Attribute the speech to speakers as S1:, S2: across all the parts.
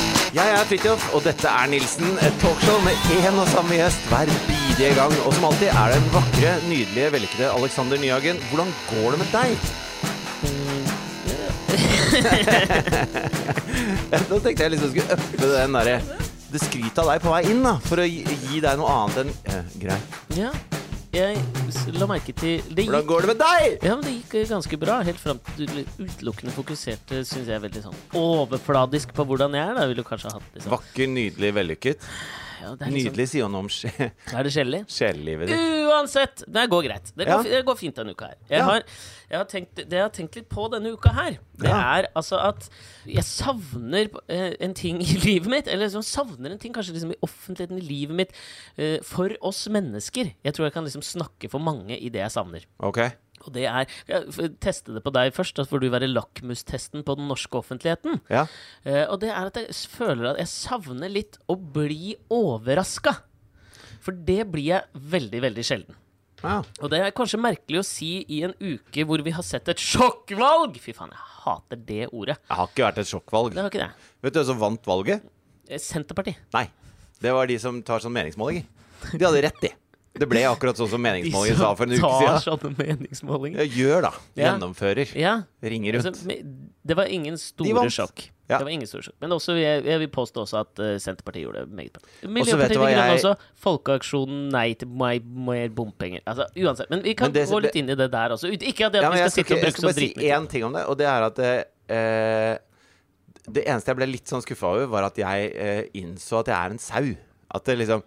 S1: er Fridtjof, og dette er Nilsen. Et talkshow med én og samme gjest hver bidige gang. Og som alltid er den vakre, nydelige, vellykkede Alexander Nyhagen. Hvordan går det med deg? Nå tenkte jeg liksom jeg skulle uppe den derre det skrytet av deg på vei inn, da. For å gi, gi deg noe annet enn eh, greit.
S2: Ja, jeg s- la merke til det
S1: Hvordan
S2: gikk,
S1: går det med deg?
S2: ja, men det gikk eh, ganske bra, helt fram til du utelukkende fokuserte, syns jeg, veldig sånn overfladisk på hvordan jeg er. Da ville du kanskje hatt det sånn.
S1: Vakker, nydelig, vellykket.
S2: Ja, det er litt
S1: Nydelig sier han om sj-
S2: Sånn, er det skjellig?
S1: sjelelivet ditt.
S2: Uansett! Det går greit. Det går,
S1: Ja.
S2: fi- det går fint denne uka her. Jeg
S1: Ja.
S2: har, jeg har tenkt, det jeg har tenkt litt på denne uka her, det
S1: Ja.
S2: er altså at jeg savner eh, en ting i livet mitt, eller liksom savner en ting kanskje liksom i offentligheten i livet mitt, eh, for oss mennesker. Jeg tror jeg kan liksom snakke for mange i det jeg savner.
S1: Ok.
S2: Og det er Jeg f- teste det på deg først, da får du være lakmustesten på den norske offentligheten.
S1: Ja.
S2: Eh, og det er at jeg s- føler at jeg savner litt å bli overraska. For det blir jeg veldig, veldig sjelden.
S1: ja.
S2: Og det er kanskje merkelig å si i en uke hvor vi har sett et sjokkvalg! Fy faen, jeg hater det ordet.
S1: Det har ikke vært et sjokkvalg.
S2: Det var ikke det.
S1: Vet du hvem som vant valget?
S2: Eh, Senterpartiet.
S1: Nei. Det var de som tar sånn meningsmålinger. De hadde rett, de. Det ble akkurat sånn som meningsmålingen sa for en uke
S2: tar
S1: siden.
S2: sånne meningsmålinger.
S1: Ja, gjør, da.
S2: Ja.
S1: Gjennomfører.
S2: Ja.
S1: Ringer
S2: Altså,
S1: rundt.
S2: me- det var ingen
S1: De
S2: store
S1: vant.
S2: sjokk.
S1: Ja.
S2: Det var ingen store sjokk. Men også, jeg, jeg vil påstå også at eh, Senterpartiet gjorde det meget bra.
S1: vet
S2: Miljøpartiet
S1: du
S2: De
S1: hva
S2: Grønne
S1: jeg-
S2: også. Folkeaksjonen nei til meg, mer bompenger. Altså, uansett. Men vi
S1: Men
S2: kan
S1: det-
S2: gå litt inn i det der også. Ut- Ikke at det at
S1: Ja, men
S2: vi
S1: jeg
S2: skal
S1: skal,
S2: sitte
S1: ikke,
S2: og
S1: jeg
S2: bruke sånn
S1: skal bare
S2: så
S1: si
S2: dritmye.
S1: én ting om det, og det er at eh, Det eneste jeg ble litt sånn skuffa over, var at jeg eh, innså at jeg er en sau. At det liksom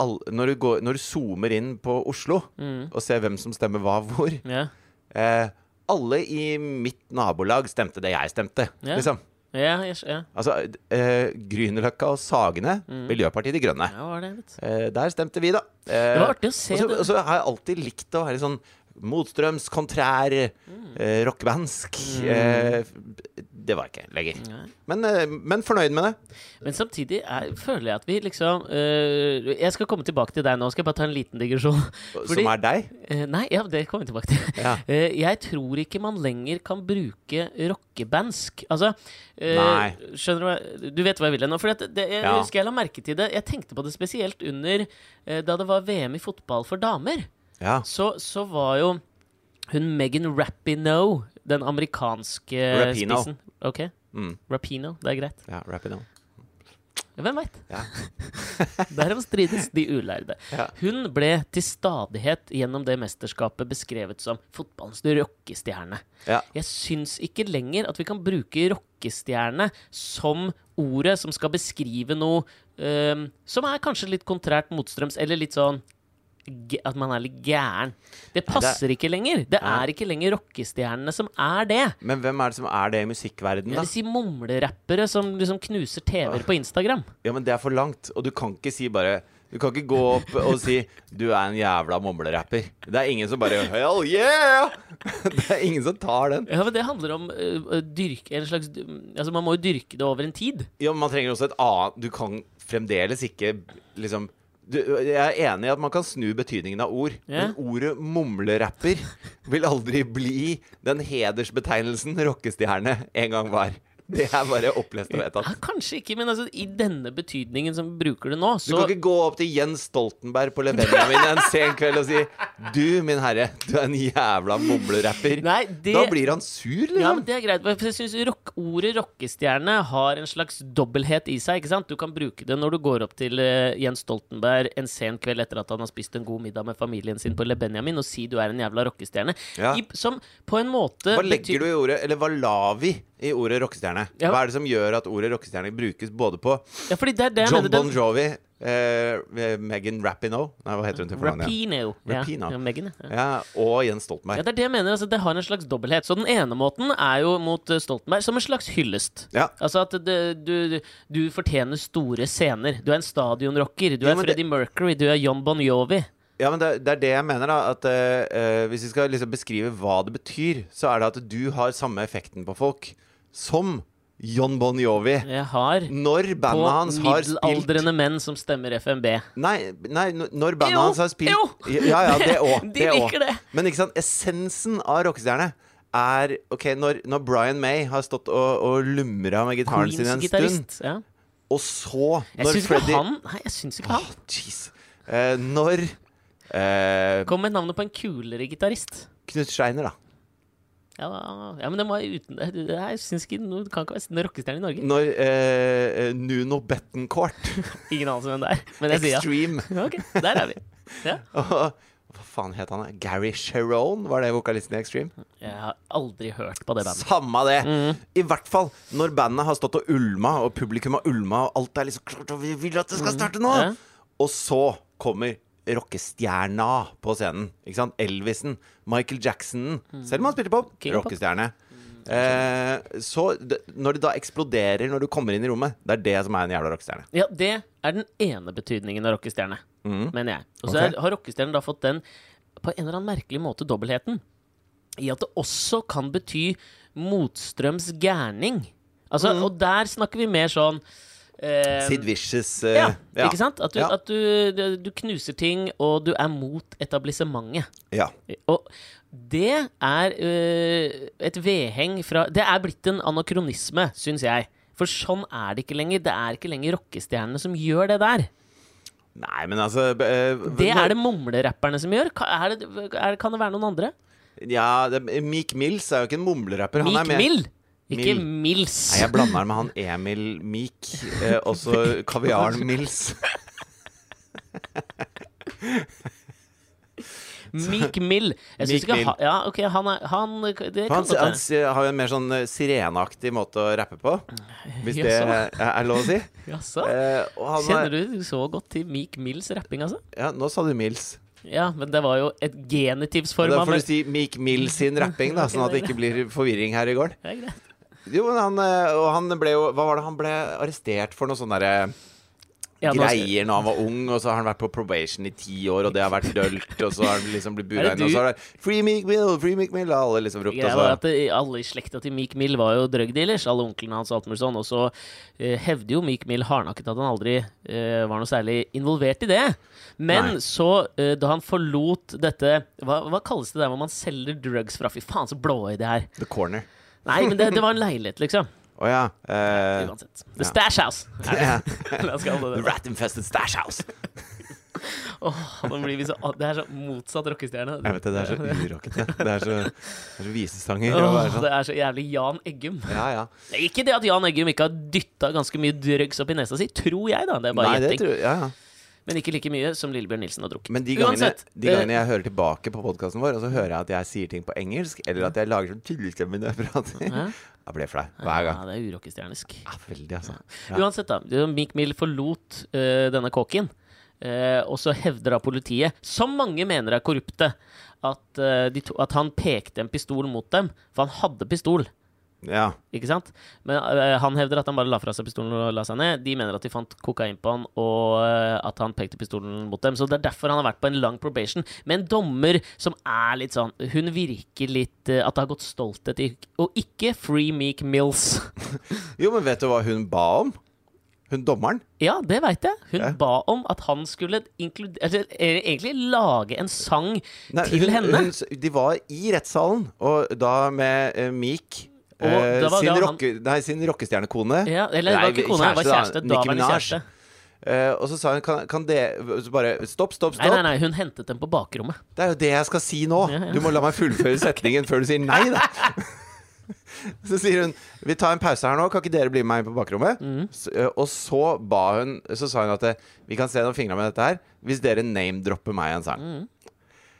S1: all, når, du går, når du zoomer inn på Oslo
S2: Mm.
S1: og ser hvem som stemmer hva hvor
S2: Ja.
S1: eh, Alle i mitt nabolag stemte det jeg stemte,
S2: Ja.
S1: liksom.
S2: Ja, jeg, skj- ja.
S1: Altså, eh, Grünerløkka og Sagene,
S2: Mm.
S1: Miljøpartiet De Grønne.
S2: ja, var det litt
S1: Eh, der stemte vi, da. Eh,
S2: Det var artig å se
S1: og så-
S2: det.
S1: Og så har jeg alltid likt å være sånn motstrøms, kontrær,
S2: Mm.
S1: eh, rockebandsk. Eh, det var jeg ikke lenger.
S2: Nei.
S1: Men, eh, men fornøyd med det.
S2: Men samtidig er, føler jeg at vi liksom øh, Jeg skal komme tilbake til deg nå. Skal jeg bare ta en liten digresjon? Fordi-
S1: Som er deg.
S2: Eh, nei, ja, det kommer jeg tilbake til.
S1: Ja.
S2: Eh, jeg tror ikke man lenger kan bruke rockebandsk. Altså eh,
S1: Nei.
S2: Skjønner du hva Du vet hva jeg vil nå? For at det, jeg
S1: Ja.
S2: husker jeg la merke til det. Jeg tenkte på det spesielt under eh, da det var VM i fotball for damer.
S1: Ja.
S2: Så, så var jo hun Megan Rapinoe, den amerikanske
S1: Rapinoe.
S2: spissen Ok,
S1: Mm.
S2: Rapinoe, det er greit.
S1: ja rap it on.
S2: Hvem veit?
S1: Ja.
S2: Derom strides de ulærde.
S1: Ja.
S2: Hun ble til stadighet gjennom det mesterskapet beskrevet som fotballens rockestjerne.
S1: Ja.
S2: Jeg syns ikke lenger at vi kan bruke rockestjerne som ordet som skal beskrive noe øhm, som er kanskje litt kontrært motstrøms, eller litt sånn g- at man er litt gæren. Det passer ikke lenger. Det
S1: Nei.
S2: er ikke lenger rockestjernene som er det.
S1: Men hvem er det som er det i musikkverdenen,
S2: Jeg
S1: da?
S2: vil si mumlerappere som liksom knuser TV-er på Instagram.
S1: Ja, men det er for langt. Og du kan ikke si bare du kan ikke gå opp og si 'du er en jævla mumlerapper'. Det er ingen som bare 'hell yeah'! Det er ingen som tar den.
S2: Ja, men Det handler om øh, øh, dyrk, en slags, mm, altså Man må jo dyrke det over en tid.
S1: Ja, men man trenger også et annet Du kan fremdeles ikke liksom du, jeg er enig i at man kan snu betydningen av ord,
S2: Ja.
S1: men ordet mumlerapper vil aldri bli den hedersbetegnelsen rockestjerne en gang var. Det er bare opplest og
S2: Ja,
S1: vedtatt.
S2: kanskje ikke, men altså, i denne betydningen som vi bruker det nå,
S1: Du
S2: så
S1: kan ikke gå opp til Jens Stoltenberg på Levenjamin en sen kveld og si 'Du, min herre, du er en jævla mumlerapper'.
S2: Nei, det
S1: Da blir han sur, liksom.
S2: ja, men Det er greit. for Jeg synes rock, Ordet rockestjerne har en slags dobbelthet i seg. ikke sant? Du kan bruke det når du går opp til eh, Jens Stoltenberg en sen kveld etter at han har spist en god middag med familien sin på Le Benjamin, og si du er en jævla rockestjerne.
S1: Ja.
S2: I, som på en måte
S1: Hva legger du i ordet, eller hva la vi i ordet rockestjerne?
S2: Ja.
S1: Hva er det som gjør at ordet rockestjerne brukes både på
S2: ja, fordi det er det jeg
S1: John
S2: mener, den-
S1: Bon Jovi, eh, Megan Rapinoe Nei, hva heter hun til fornavn? igjen?
S2: Rapinoe.
S1: Rapinoe.
S2: Ja, ja, Megan, ja.
S1: Ja, og Jens
S2: Ja,
S1: Stoltenberg.
S2: det er det jeg mener. Altså, det har en slags dobbelthet. Så den ene måten er jo mot eh, Stoltenberg som en slags hyllest.
S1: Ja.
S2: Altså at det, du, du fortjener store scener. Du er en stadionrocker. Du
S1: Ja,
S2: er
S1: men det-
S2: Freddie Mercury. Du er John Bon Jovi.
S1: Ja, men det, det er det jeg mener, da. At eh, eh, hvis vi skal liksom beskrive hva det betyr, så er det at du har samme effekten på folk som John Bon Jovi.
S2: Jeg har
S1: Når
S2: på
S1: bandet hans har spilt
S2: middelaldrende menn som stemmer FNB.
S1: Nei, nei n- når bandet
S2: Jo,
S1: hans har spilt
S2: jo.
S1: Ja, ja, det òg.
S2: De liker det.
S1: Men ikke sant, essensen av rockestjerne er OK, når, når Brian May har stått og, og lumra med gitaren sin
S2: Queens
S1: en stund,
S2: gitarist. Ja.
S1: Og så,
S2: Jeg
S1: når
S2: syns ikke
S1: Freddy
S2: han Nei, jeg syns ikke
S1: Åh,
S2: han.
S1: jeez. Eh, når eh,
S2: Kom med navnet på en kulere gitarist.
S1: Knut Scheiner, da.
S2: Ja, ja, men den var uten det- det- Jeg syns ikke noe- det kan ikke være en rockestjerne i Norge.
S1: Når eh, eh, Nuno Bettencourt,
S2: Ingen anelse hvem det er, men jeg sier ja.
S1: Extreme
S2: Ja, Ok, der er vi. Ja.
S1: og, Hva faen het han? da? Gary Cherone, var det vokalisten i Extreme?
S2: Jeg har aldri hørt på det bandet.
S1: Samma det!
S2: Mm.
S1: I hvert fall når bandet har stått og ulma, og publikum har ulma, og alt er liksom klart, og vi vil at det skal starte nå!
S2: Mm. Ja.
S1: Og så kommer rockestjerna på scenen. Ikke sant? Elvisen, Michael Jackson. Selv om han spilte pop.
S2: Mm. King of pop. Mm.
S1: Rockestjerne. Eh, så d når det da eksploderer når du kommer inn i rommet, det er det som er en jævla rockestjerne.
S2: Ja, det er den ene betydningen av rockestjerne, mener jeg. Og så
S1: Mm. Ok.
S2: er- har rockestjernen da fått den, på en eller annen merkelig måte, dobbeltheten. I at det også kan bety motstrøms gærning. Altså, Og der snakker vi mer sånn eh,
S1: Mm. Sid Vicious. eh,
S2: ja, ikke sant? At, du,
S1: Ja.
S2: at du, du knuser ting, og du er mot etablissementet.
S1: Ja.
S2: Og det er øh, et vedheng fra Det er blitt en anakronisme, syns jeg. For sånn er det ikke lenger. Det er ikke lenger rockestjernene som gjør det der.
S1: Nei, men altså eh,
S2: Det er det mumlerapperne som gjør. Ka- Er det, er, kan det være noen andre?
S1: Ja, det, Meek Mills er jo ikke en mumlerapper. Han er
S2: Meek
S1: mer-
S2: Mill? Ikke
S1: Mill.
S2: Mills.
S1: Nei, jeg blander med han Emil Meek, eh, også Kaviaren Mills.
S2: Meek Mill. Jeg
S1: Meek
S2: syns ikke
S1: Mill.
S2: ha, Ja, ok, han er han, Det kan
S1: Han,
S2: godt
S1: han
S2: være.
S1: s- har jo en mer sånn eh, sireneaktig måte å rappe på, hvis det
S2: Jaså.
S1: er er lov å si.
S2: Jaså?
S1: Eh, og han er-
S2: Kjenner du så godt til Meek Mills rapping, altså?
S1: Ja, nå sa du Mills.
S2: Ja, men det var jo et
S1: Men
S2: genitivsform
S1: Da
S2: av
S1: får du
S2: det.
S1: si Meek Mills sin rapping, da, sånn at det ikke blir forvirring her i gården.
S2: er greit.
S1: Jo, men han, eh, og han ble jo Hva var det han ble arrestert for? Noe sånn derre
S2: Ja, nå-
S1: greier når han var ung, og så har han vært på probation i ti år, og det har vært dølt, og så har han liksom blitt
S2: Er
S1: bura
S2: det
S1: inn, og
S2: du-
S1: så har det Free Meek Mill, Free Meek Mill, har alle liksom ropt,
S2: Greia
S1: og
S2: var
S1: så
S2: at det, alle i slekta til Meek Mill var jo drugdealers, alle onklene hans og alt mulig sånn, og så eh, hevder jo Meek Mill hardnakket at han aldri eh, var noe særlig involvert i det. Men
S1: Nei.
S2: så, eh, da han forlot dette hva, hva kalles det der hvor man selger drugs fra? Fy faen, så blåøyd det her.
S1: The Corner.
S2: Nei, men det, det var en leilighet, liksom.
S1: Å ja. eh,
S2: Uansett. The Stash House. er det. La oss kalle det det.
S1: Rat infested stash house.
S2: Åh, nå blir vi så, det er så motsatt rockestjerne.
S1: Jeg vet det, det er så urockete. Det er så, det er så visesanger. og
S2: Åh,
S1: bare sånn.
S2: det er så jævlig Jan Eggum.
S1: Ja, ja.
S2: Det er ikke det at Jan Eggum ikke har dytta ganske mye drugs opp i nesa si, tror jeg, da. Det er bare
S1: Nei, det
S2: gjetting.
S1: tror jeg, ja, ja.
S2: Men ikke like mye som Lillebjørn Nilsen har drukket.
S1: Men de gangene,
S2: Uansett, eh,
S1: de gangene jeg hører tilbake på podkasten vår, og så hører jeg at jeg sier ting på engelsk, eller at jeg lager sånn tullestemme når jeg prater, da blir jeg flau hver
S2: eh, ja,
S1: gang.
S2: det er urockestjernisk.
S1: Ja, veldig, altså. Ja.
S2: Uansett, da. det- Meek Mill forlot eh, denne kåken. eh, og så hevder da politiet, som mange mener er korrupte, at, eh, de to, at han pekte en pistol mot dem. For han hadde pistol,
S1: Ja.
S2: ikke sant? Men eh, han hevder at han bare la fra seg pistolen og la seg ned. De mener at de fant kokain på han, og eh, at han pekte pistolen mot dem. Så det er derfor han har vært på en lang probation med en dommer som er litt sånn Hun virker litt eh, At det har gått stolthet i Og ikke Free Meek Mills.
S1: Jo, men vet du hva hun ba om? Hun dommeren?
S2: Ja, det veit jeg. Hun
S1: Ja.
S2: ba om at han skulle inkludere altså, eh, Egentlig lage en sang
S1: Nei,
S2: til
S1: hun,
S2: henne.
S1: Hun, de var i rettssalen, og da med eh, Meek.
S2: Og
S1: eh,
S2: da var
S1: sin,
S2: da han-
S1: rocke, nei, sin rockestjernekone.
S2: ja, eller det
S1: Nei,
S2: var ikke kone, det
S1: kjæreste,
S2: var
S1: da.
S2: kjæreste.
S1: Nicki
S2: Daværende
S1: Minaj.
S2: kjæreste.
S1: Eh, og så sa hun kan, kan det så bare, Stopp, stopp, stopp.
S2: Nei, nei, nei, hun hentet dem på bakrommet.
S1: Det er jo det jeg skal si nå.
S2: Ja, ja.
S1: Du må la meg fullføre setningen før du sier nei, da. Så sier hun Vi tar en pause her nå, kan ikke dere bli med meg inn på bakrommet?
S2: Mm.
S1: S- ø, Og så ba hun Så sa hun at eh, vi kan se gjennom fingra med dette her hvis dere name-dropper meg i en sang.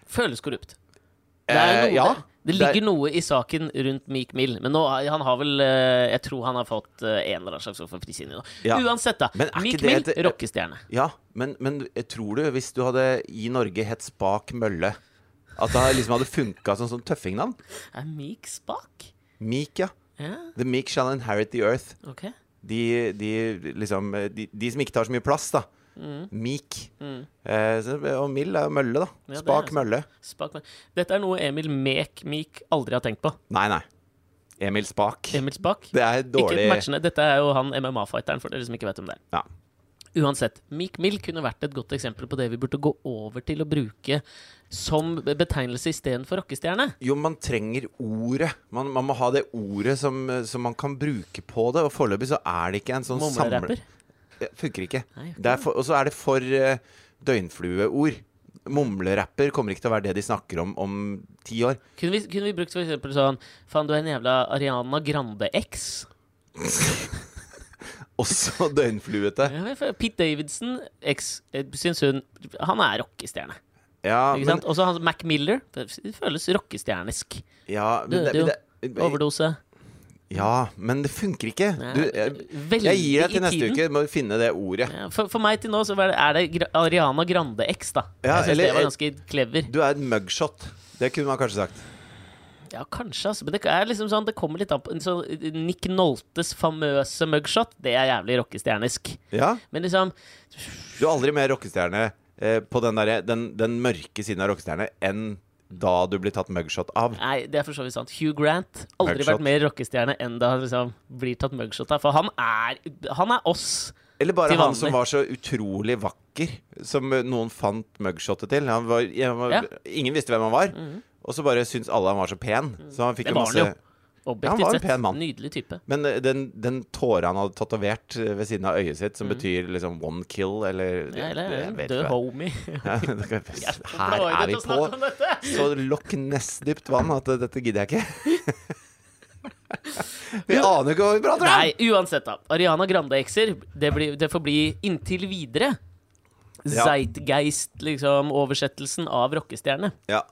S2: Føles korrupt. Mm. Det, er
S1: Eh,
S2: noe,
S1: ja.
S2: det, det
S1: Det er-
S2: ligger noe i saken rundt Meek Mill, men nå, han har vel eh, Jeg tror han har fått eh, en eller annen slags form for frisinne nå.
S1: Ja.
S2: Uansett, da.
S1: Men er ikke
S2: Meek Mill,
S1: det et-
S2: rockestjerne.
S1: Ja, men, men eh, tror du, hvis du hadde i Norge hett Spak Mølle, at det liksom hadde funka som sånn tøffingnavn?
S2: Er Meek spak?
S1: Meek, ja.
S2: Ja,
S1: The Meek shall inherit the earth.
S2: ok.
S1: De, de, liksom, eh, de, de som ikke tar så mye plass, da.
S2: Mm.
S1: Meek. Eh, så- og Mill er jo mølle, da.
S2: Ja, det er
S1: Spak
S2: sant.
S1: mølle.
S2: Spak men- Dette er noe Emil Mek Meek aldri har tenkt på.
S1: Nei, nei. Emil Spak.
S2: Emil Spak.
S1: Det er
S2: Ikke
S1: dårlig
S2: matchende. Dette er jo han MMA-fighteren, for dere som ikke vet om det er.
S1: ja.
S2: Uansett, Meek Mill kunne vært et godt eksempel på det vi burde gå over til å bruke som betegnelse istedenfor rockestjerne.
S1: Jo, man trenger ordet. Man, man må ha det ordet som, som man kan bruke på det. Og foreløpig så er det ikke en sånn samle...
S2: Mumlerapper.
S1: det funker ikke.
S2: Nei, ok.
S1: Det er for, og så er det for eh, døgnflueord. Mumlerapper kommer ikke til å være det de snakker om om ti år.
S2: Kunne vi, kunne vi brukt for eksempel sånn Faen, du er en jævla Ariana Grande-eks.
S1: Også døgnfluete.
S2: Ja, men for Pete Davidson, eks, eh, syns hun Han er rockestjerne.
S1: Ja,
S2: Ikke
S1: men,
S2: sant? Også han Mac Miller. Det føles rockestjernesk.
S1: ja, men,
S2: Døde
S1: det,
S2: jo.
S1: men, det,
S2: Overdose.
S1: ja, men det funker ikke.
S2: Nei,
S1: Du, jeg,
S2: veldig
S1: jeg gir deg til
S2: i
S1: neste
S2: tiden.
S1: uke. Må finne det ordet.
S2: Ja, for, for meg til nå så var det- er det Gra- Ariana Grande-X, da.
S1: Ja,
S2: jeg syns
S1: eller-
S2: det var ganske clever.
S1: Du er en mugshot. Det kunne man kanskje sagt.
S2: Ja, kanskje, altså. Men det er liksom sånn, det kommer litt an på så Nick Noltes famøse mugshot, det er jævlig rockestjernesk.
S1: Ja,
S2: Men liksom
S1: Du er aldri mer rockestjerne eh, på den, derre- den, den mørke siden av rockestjerne enn da du blir tatt mugshot av.
S2: Nei, det er for så vidt sant. Hugh Grant. Aldri
S1: Mugshot.
S2: vært mer rockestjerne enn da han liksom blir tatt mugshot av. For han er, han er oss.
S1: Eller bare
S2: Til
S1: han
S2: vanlig.
S1: som var så utrolig vakker, som eh, noen fant mugshotet til. Han var, han var,
S2: Ja. Mm.
S1: Ingen visste hvem han var, og så bare syntes alle han var så pen. Så han fikk
S2: Det
S1: jo
S2: var han
S1: masse
S2: jo. Objektivt
S1: Ja, han var en
S2: sett.
S1: pen mann.
S2: Nydelig type.
S1: Men eh, den, den tåra han hadde tatovert eh, ved siden av øyet sitt, som betyr liksom one kill, eller
S2: Mm. Ja, eller
S1: jeg vet
S2: død
S1: ikke hva.
S2: homie.
S1: Ja, det kan- Her
S2: Hvorfor
S1: er
S2: det
S1: vi på
S2: å snakke om dette?
S1: så lokk nettdypt vann at eh, dette gidder jeg ikke. Vi aner jo ikke hva vi prater om!
S2: Nei, uansett, da. Ariana Grande-ekser, det, blir- det får bli inntil videre.
S1: Ja.
S2: Zeitgeist, liksom, oversettelsen av rockestjerne.
S1: Ja.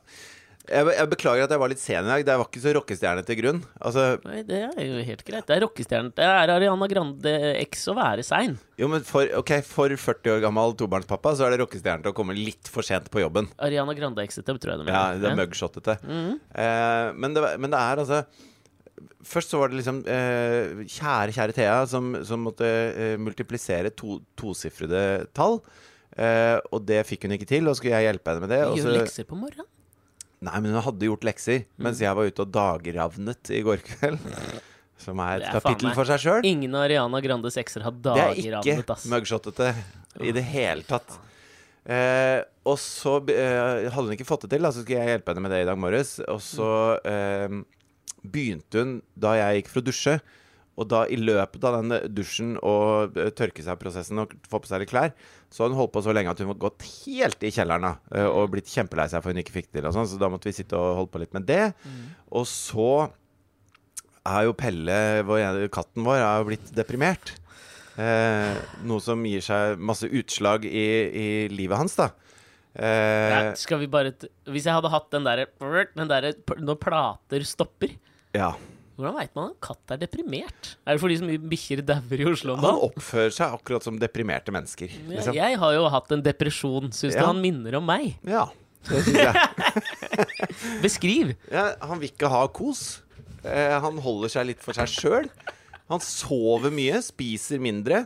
S1: Jeg, be- jeg beklager at jeg var litt sen i dag. Det var ikke så rockestjerne til grunn. Altså,
S2: Nei, det er jo helt greit. Det er rockestjerne. Det er Ariana Grande-eks å være sein.
S1: jo, men for, ok, for 40 år gammel tobarnspappa så er det rockestjerne til å komme litt for sent på jobben.
S2: Ariana Grande-eksete, tror jeg det
S1: Ja, det er
S2: Ja. Mm.
S1: mugshotete. Eh, men, det, var- men det er altså Først så var det liksom eh, kjære, kjære Thea som, som måtte eh, multiplisere to, tosifrede tall. Eh, og det fikk hun ikke til, og skulle jeg hjelpe henne med det. Og
S2: Gjør
S1: så,
S2: lekser Mm. på morgenen.
S1: nei, men hun hadde gjort lekser mens jeg var ute og dagravnet i går kveld. Som er et
S2: Det er faen
S1: kapittel
S2: meg
S1: for seg sjøl.
S2: Ingen av Ariana Grandes ekser har
S1: Det
S2: dager
S1: er
S2: av det,
S1: ikke
S2: ass.
S1: mugshotete i det hele tatt. Eh, og så eh, hadde hun ikke fått det til, da, så skulle jeg hjelpe henne med det i dag morges. Og så eh,
S2: Mm.
S1: begynte hun da jeg gikk for å dusje. Og da i løpet av den dusjen og eh, tørke seg-prosessen og få på seg litt klær, så hadde hun holdt på så lenge at hun var gått helt i kjelleren da, eh, og blitt kjempelei seg for hun ikke fikk det til. Og sånn, så da måtte vi sitte og holde på litt med det.
S2: Mm.
S1: Og så er jo Pelle, vår, ene- katten vår, er jo blitt deprimert. Eh, noe som gir seg masse utslag i, i livet hans, da. Eh,
S2: Nei, skal vi bare t Hvis jeg hadde hatt den derre Den derre p- når plater stopper
S1: ja.
S2: Hvordan veit man at en katt er deprimert? Er det fordi så mye bikkjer dauer i Oslo om
S1: Han
S2: dagen?
S1: oppfører seg akkurat som deprimerte mennesker.
S2: Ja,
S1: Liksom.
S2: jeg har jo hatt en depresjon. Syns du
S1: Ja.
S2: han minner om meg?
S1: Ja, det syns jeg.
S2: Beskriv!
S1: Ja, han vil ikke ha kos. Eh, han holder seg litt for seg sjøl. Han sover mye, spiser mindre.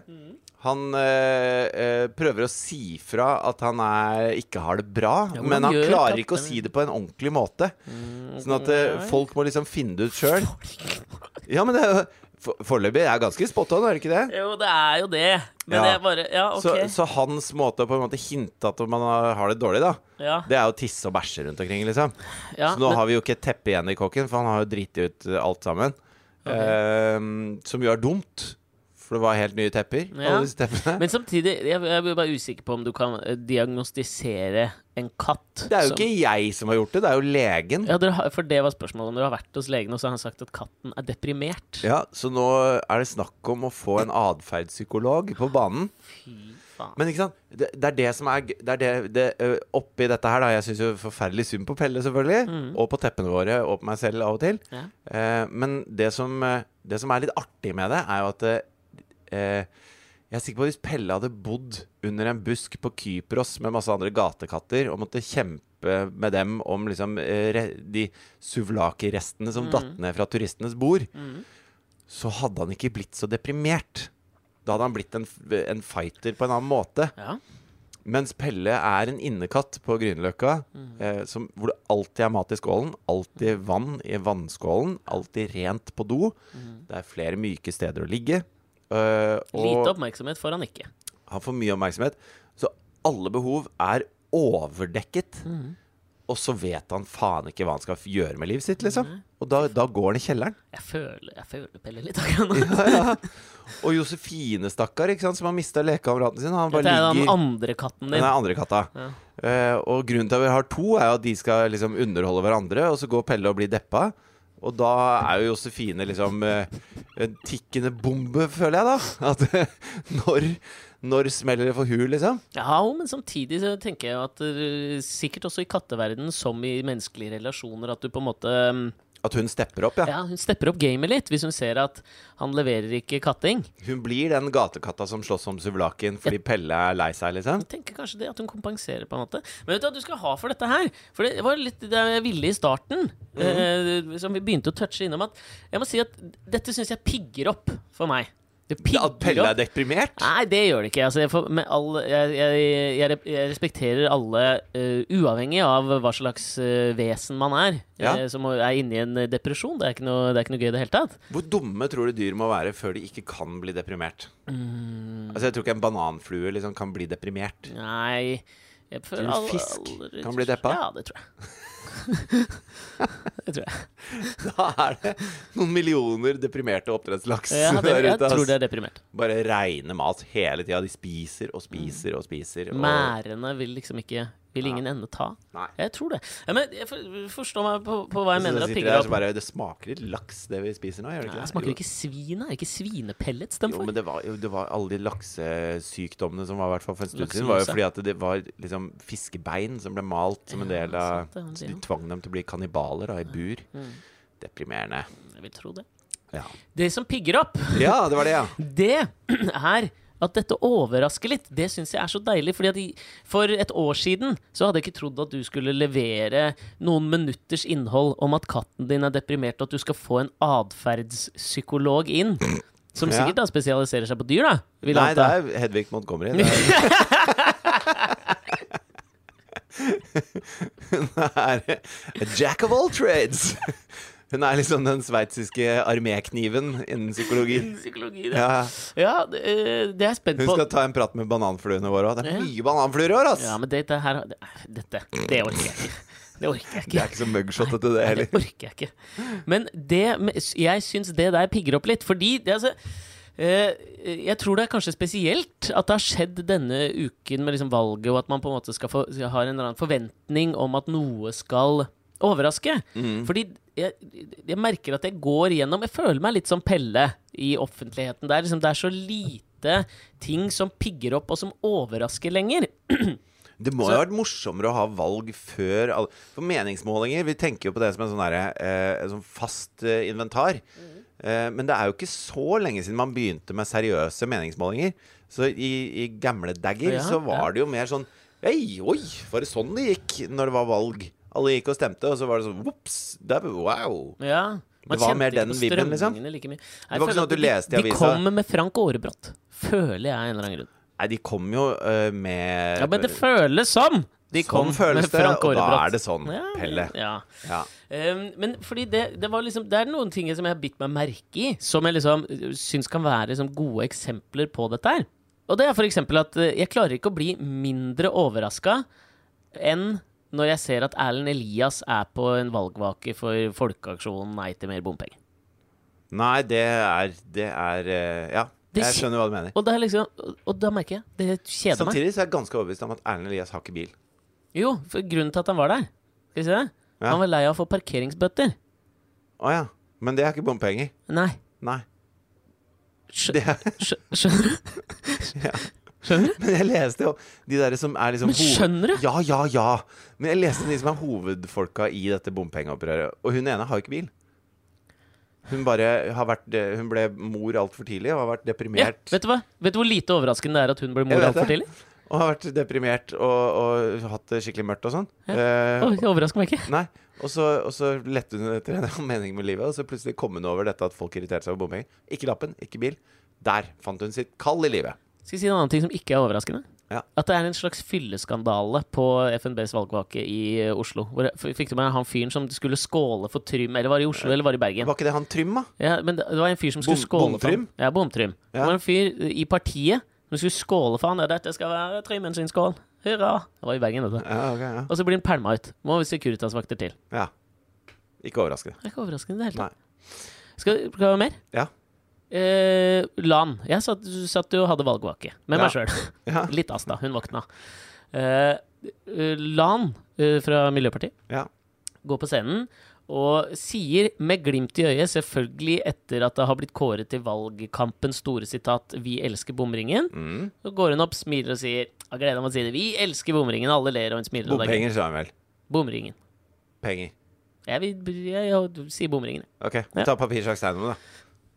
S1: Han eh, eh, prøver å si fra at han er, ikke har det bra,
S2: Ja, hvordan
S1: men han
S2: gjør
S1: klarer ikke å
S2: katten?
S1: si det på en ordentlig måte. Sånn at eh, folk må liksom finne det ut sjøl. Ja, men det er jo for- Foreløpig er jeg ganske spot on, er det ikke det?
S2: Jo, det er jo det. Men
S1: Ja.
S2: jeg bare Ja, OK.
S1: Så, så hans måte å på en måte hinte at man har- har det dårlig, da,
S2: ja,
S1: det er å tisse og bæsje rundt omkring, liksom.
S2: ja,
S1: Så nå
S2: men,
S1: har vi jo ikke et teppe igjen i kåken, for han har jo driti ut eh, alt sammen. Ehm, som jo er dumt, for det var helt nye tepper.
S2: Ja.
S1: Alle disse teppene.
S2: men samtidig, jeg, jeg blir bare usikker på om du kan eh, diagnostisere en katt.
S1: det er jo
S2: som-
S1: ikke jeg som har gjort det, det er jo legen. Ja.
S2: ja, dere har, For det var spørsmålet. Om dere har vært hos legen, og så har han sagt at katten er deprimert.
S1: Så nå er det snakk om å få en atferdspsykolog på banen.
S2: Fy faen.
S1: Men ikke sant, det, det er det som er g- det er det, det, ø, Oppi dette her, da. Jeg syns jo forferdelig synd på Pelle, selvfølgelig.
S2: Mm.
S1: Og på teppene våre, og på meg selv av og til.
S2: Ja.
S1: Eh, men det som, eh, det som er litt artig med det, er jo at eh, Jeg er sikker på at hvis Pelle hadde bodd under en busk på Kypros med masse andre gatekatter og måtte kjempe med dem om liksom eh, re- de suvlaki-restene som datt ned fra turistenes bord, så hadde han ikke blitt så deprimert. Da hadde han blitt en, f- en fighter på en annen måte.
S2: Ja.
S1: Mens Pelle er en innekatt på Grünerløkka,
S2: Mm.
S1: eh, som- hvor det alltid er mat i skålen, alltid vann i vannskålen, alltid rent på do.
S2: Mm.
S1: Det er flere myke steder å ligge. eh,
S2: Lite
S1: og
S2: oppmerksomhet får han ikke. Mm.
S1: han får mye oppmerksomhet. Så alle behov er overdekket. Og så vet han faen ikke hva han skal gjøre med livet sitt, liksom.
S2: Mm.
S1: Og da, da går han i kjelleren.
S2: Jeg føler, jeg føler Pelle litt akkurat nå.
S1: Ja, ja. Og Josefine, stakkar, ikke sant, som har mista lekekameraten sin, han bare
S2: Dette er den
S1: ligger
S2: andre
S1: Den
S2: katten din.
S1: er andre katta.
S2: Ja.
S1: Eh, og grunnen til at vi har to, er jo at de skal liksom underholde hverandre, og så går Pelle og blir deppa. Og da er jo Josefine liksom eh, en tikkende bombe, føler jeg, da. At når, når smeller det for hun, liksom?
S2: Ja, jo, men samtidig så tenker jeg jo at eh, sikkert også i katteverden som i menneskelige relasjoner, at du på en måte mm,
S1: At hun stepper opp, ja.
S2: Ja, hun stepper opp gamet litt hvis hun ser at han leverer ikke katting.
S1: Hun blir den gatekatta som slåss om suvlaken fordi Pelle er lei seg, liksom.
S2: Jeg tenker kanskje det, at hun kompenserer på en måte. Men vet du hva du skal ha for dette her? For det var litt det jeg ville i starten,
S1: Mhm.
S2: eh, som vi begynte å touche innom, at jeg må si at dette syns jeg pigger opp for meg. Det pigger
S1: At Pelle
S2: opp.
S1: er deprimert?
S2: Nei, det gjør det ikke. Altså, jeg, får, med all, jeg, jeg, jeg, rep- jeg respekterer alle, eh, uavhengig av hva slags eh, vesen man er,
S1: Ja.
S2: eh, som er inni en depresjon. Det er ikke noe, det er ikke noe gøy i det hele tatt.
S1: Hvor dumme tror du dyr må være før de ikke kan bli deprimert?
S2: Mm.
S1: Altså, jeg tror ikke en bananflue liksom kan bli deprimert.
S2: Nei jeg føler
S1: du
S2: alle-
S1: fisk
S2: alle-
S1: kan bli deppa?
S2: Ja, det tror jeg. det tror jeg.
S1: Da er det noen millioner deprimerte oppdrettslaks
S2: Ja, det,
S1: der
S2: jeg
S1: ute.
S2: tror
S1: ass.
S2: det er deprimert.
S1: Bare reine mat hele tida. De spiser og spiser og spiser. Og...
S2: Mærene vil liksom ikke Vil ingen ende ta.
S1: Nei.
S2: Jeg tror det. Ja, men jeg for- forstår meg på, på hva
S1: Så
S2: jeg mener at
S1: sitter de
S2: pigger
S1: der og så
S2: opp.
S1: bare, det smaker litt laks, det vi spiser nå. Gjør det
S2: Nei,
S1: ikke
S2: det
S1: det?
S2: smaker
S1: Jo.
S2: ikke svin her. Ikke svinepellets de
S1: Jo,
S2: får.
S1: men det var, jo, det var alle de laksesykdommene som var i hvert fall for en stund siden, var jo
S2: Lakselose.
S1: fordi at det var liksom fiskebein som ble malt som en
S2: Ja, altså.
S1: del av
S2: sant det, han
S1: Så de
S2: sier.
S1: tvang dem til å bli kannibaler da, i bur. Deprimerende.
S2: Mm, Jeg vil tro det.
S1: Ja.
S2: Det som pigger opp,
S1: ja, det var det, ja.
S2: det er at dette overrasker litt. Det syns jeg er så deilig. Fordi at i- For et år siden så hadde jeg ikke trodd at du skulle levere noen minutters innhold om at katten din er deprimert, og at du skal få en atferdspsykolog inn. Som
S1: Ja.
S2: sikkert da spesialiserer seg på dyr, da. vil jeg
S1: Nei, det
S2: anta.
S1: er Hedvig Montgomery. Det er... Hun er a jack of all trades. Hun er liksom den sveitsiske armékniven innen psykologi.
S2: Innen psykologi, det. Ja,
S1: Ja.
S2: det, eh, det er jeg spent
S1: Hun
S2: på.
S1: skal ta en prat med bananfluene våre òg. Det
S2: Ja.
S1: er mye bananfluer i år, ass!
S2: Ja, men dette her det- Dette. Det orker jeg ikke. Det orker jeg
S1: Det
S2: ikke.
S1: er ikke så mugshotete, det
S2: Det
S1: heller.
S2: orker jeg ikke. Men det, jeg syns det der pigger opp litt, fordi det, altså eh, jeg tror det er kanskje spesielt at det har skjedd denne uken med liksom valget, og at man på en måte skal få, skal ha en eller annen forventning om at noe skal overraske.
S1: Mhm.
S2: Fordi jeg, jeg merker at jeg går gjennom Jeg føler meg litt som Pelle i offentligheten. Det er, liksom, det er så lite ting som pigger opp, og som overrasker lenger.
S1: Det må jo ha vært morsommere å ha valg før alle For meningsmålinger, vi tenker jo på det som en sånn derre eh, en sånn fast eh,
S2: Mm.
S1: inventar. Eh, men det er jo ikke så lenge siden man begynte med seriøse meningsmålinger. Så i, i gamle dagger
S2: Ja,
S1: så
S2: ja.
S1: var det jo mer sånn Hei, oi, var det sånn det gikk når det var valg? Alle gikk og stemte, og så var det sånn Ops! Der, wow!
S2: Ja. Man
S1: Det var
S2: kjente
S1: mer
S2: ikke
S1: den
S2: på
S1: vibben, liksom.
S2: strømningene Like mye.
S1: Det var ikke
S2: Jeg føler
S1: sånn at du
S2: de-
S1: leste i
S2: De
S1: avisa.
S2: kommer med Frank Aarebrot. Føler jeg, av en eller annen grunn.
S1: Nei, de kom jo eh, med
S2: Ja, men det føles som! De
S1: Sånn
S2: kom
S1: føles
S2: med
S1: det,
S2: Frank
S1: og da
S2: Aarebrot.
S1: er det sånn, Pelle.
S2: Ja.
S1: Ja.
S2: Um, men fordi det, det var liksom Det er noen ting som jeg har bitt meg merke i, som jeg liksom uh, syns kan være liksom gode eksempler på dette her. Og det er for eksempel at uh, jeg klarer ikke å bli mindre overraska enn når jeg ser at Erlend Elias er på en valgvake for folkeaksjonen Nei til mer bompenger.
S1: Nei, det er Det er eh, Ja.
S2: Det
S1: Jeg
S2: skj-
S1: skjønner hva du mener.
S2: Og, det er liksom, og- og da merker jeg Det kjeder meg.
S1: Samtidig så er jeg ganske overbevist om at Erlend Elias har ikke bil.
S2: Jo, for grunnen til at han var der Skal vi se det?
S1: Ja.
S2: Han var lei av å få parkeringsbøtter.
S1: Å ja. Men det er ikke bompenger.
S2: Nei.
S1: Nei.
S2: Skjø-
S1: Det er,
S2: skjø- Skjønner du?
S1: men jeg leste jo de derre som er liksom
S2: Men skjønner du?
S1: Ja, ja, ja. Men jeg leste de som er hovedfolka i dette bompengeopprøret. Og hun ene har jo ikke bil. Hun bare har vært eh, Hun ble mor altfor tidlig og har vært
S2: Ja,
S1: deprimert.
S2: vet du hva? Vet du hvor lite overraskende det er at hun ble mor
S1: Jeg vet
S2: altfor
S1: det.
S2: tidlig?
S1: Og har vært deprimert og, og hatt det skikkelig mørkt og sånn. Eh,
S2: Oi, det overrasker meg ikke.
S1: Nei, og så, og så lette hun etter en mening med livet, og så plutselig kom hun over dette at folk irriterte seg over bompenger. Ikke lappen, ikke bil. Der fant hun sitt kall i livet.
S2: Skal jeg si en annen ting som ikke er overraskende?
S1: Ja.
S2: At det er en slags fylleskandale på FNBs valgvake i eh, Oslo. Hvor jeg- fikk du med han fyren som skulle skåle for Trym? Eller var det i Oslo, eller var det i Bergen?
S1: Var ikke det han Trym, da?
S2: Ja, men det det var en fyr som skulle
S1: Bom-
S2: skåle for
S1: bomtrym?
S2: han. Ja, bomtrym.
S1: Ja.
S2: Det var en fyr eh, i partiet som skulle skåle for han. Ja, dette skal være Trymmen sin skål. Hurra! Det var i Bergen, dette.
S1: Ja, ok, ja.
S2: Og så blir den pælma ut. Må vi Securitas-vakter til.
S1: ja. Ikke overraskende.
S2: Det er ikke overraskende i det hele
S1: Nei.
S2: tatt. Skal skal vi ha mer?
S1: Ja.
S2: Eh, LAN. Jeg satt, satt jo og hadde valgvake med
S1: Ja.
S2: meg sjøl.
S1: Ja.
S2: Litt Asta. Hun våkna. Eh, eh, LAN eh, fra Miljøpartiet
S1: Ja.
S2: går på scenen og sier med glimt i øyet, selvfølgelig etter at det har blitt kåret til valgkampens store sitat 'Vi elsker bomringen',
S1: Mm.
S2: så går hun opp, smiler og sier Jeg gleder meg til å si det. Vi elsker bomringen. Alle ler, og hun smiler. og det er gøy.
S1: Bompenger, sa han vel.
S2: Bomringen.
S1: Penger.
S2: Jeg, vil, jeg, jeg sier bomringen.
S1: OK.
S2: Ja.
S1: Ta papir, saks, tegnum, da.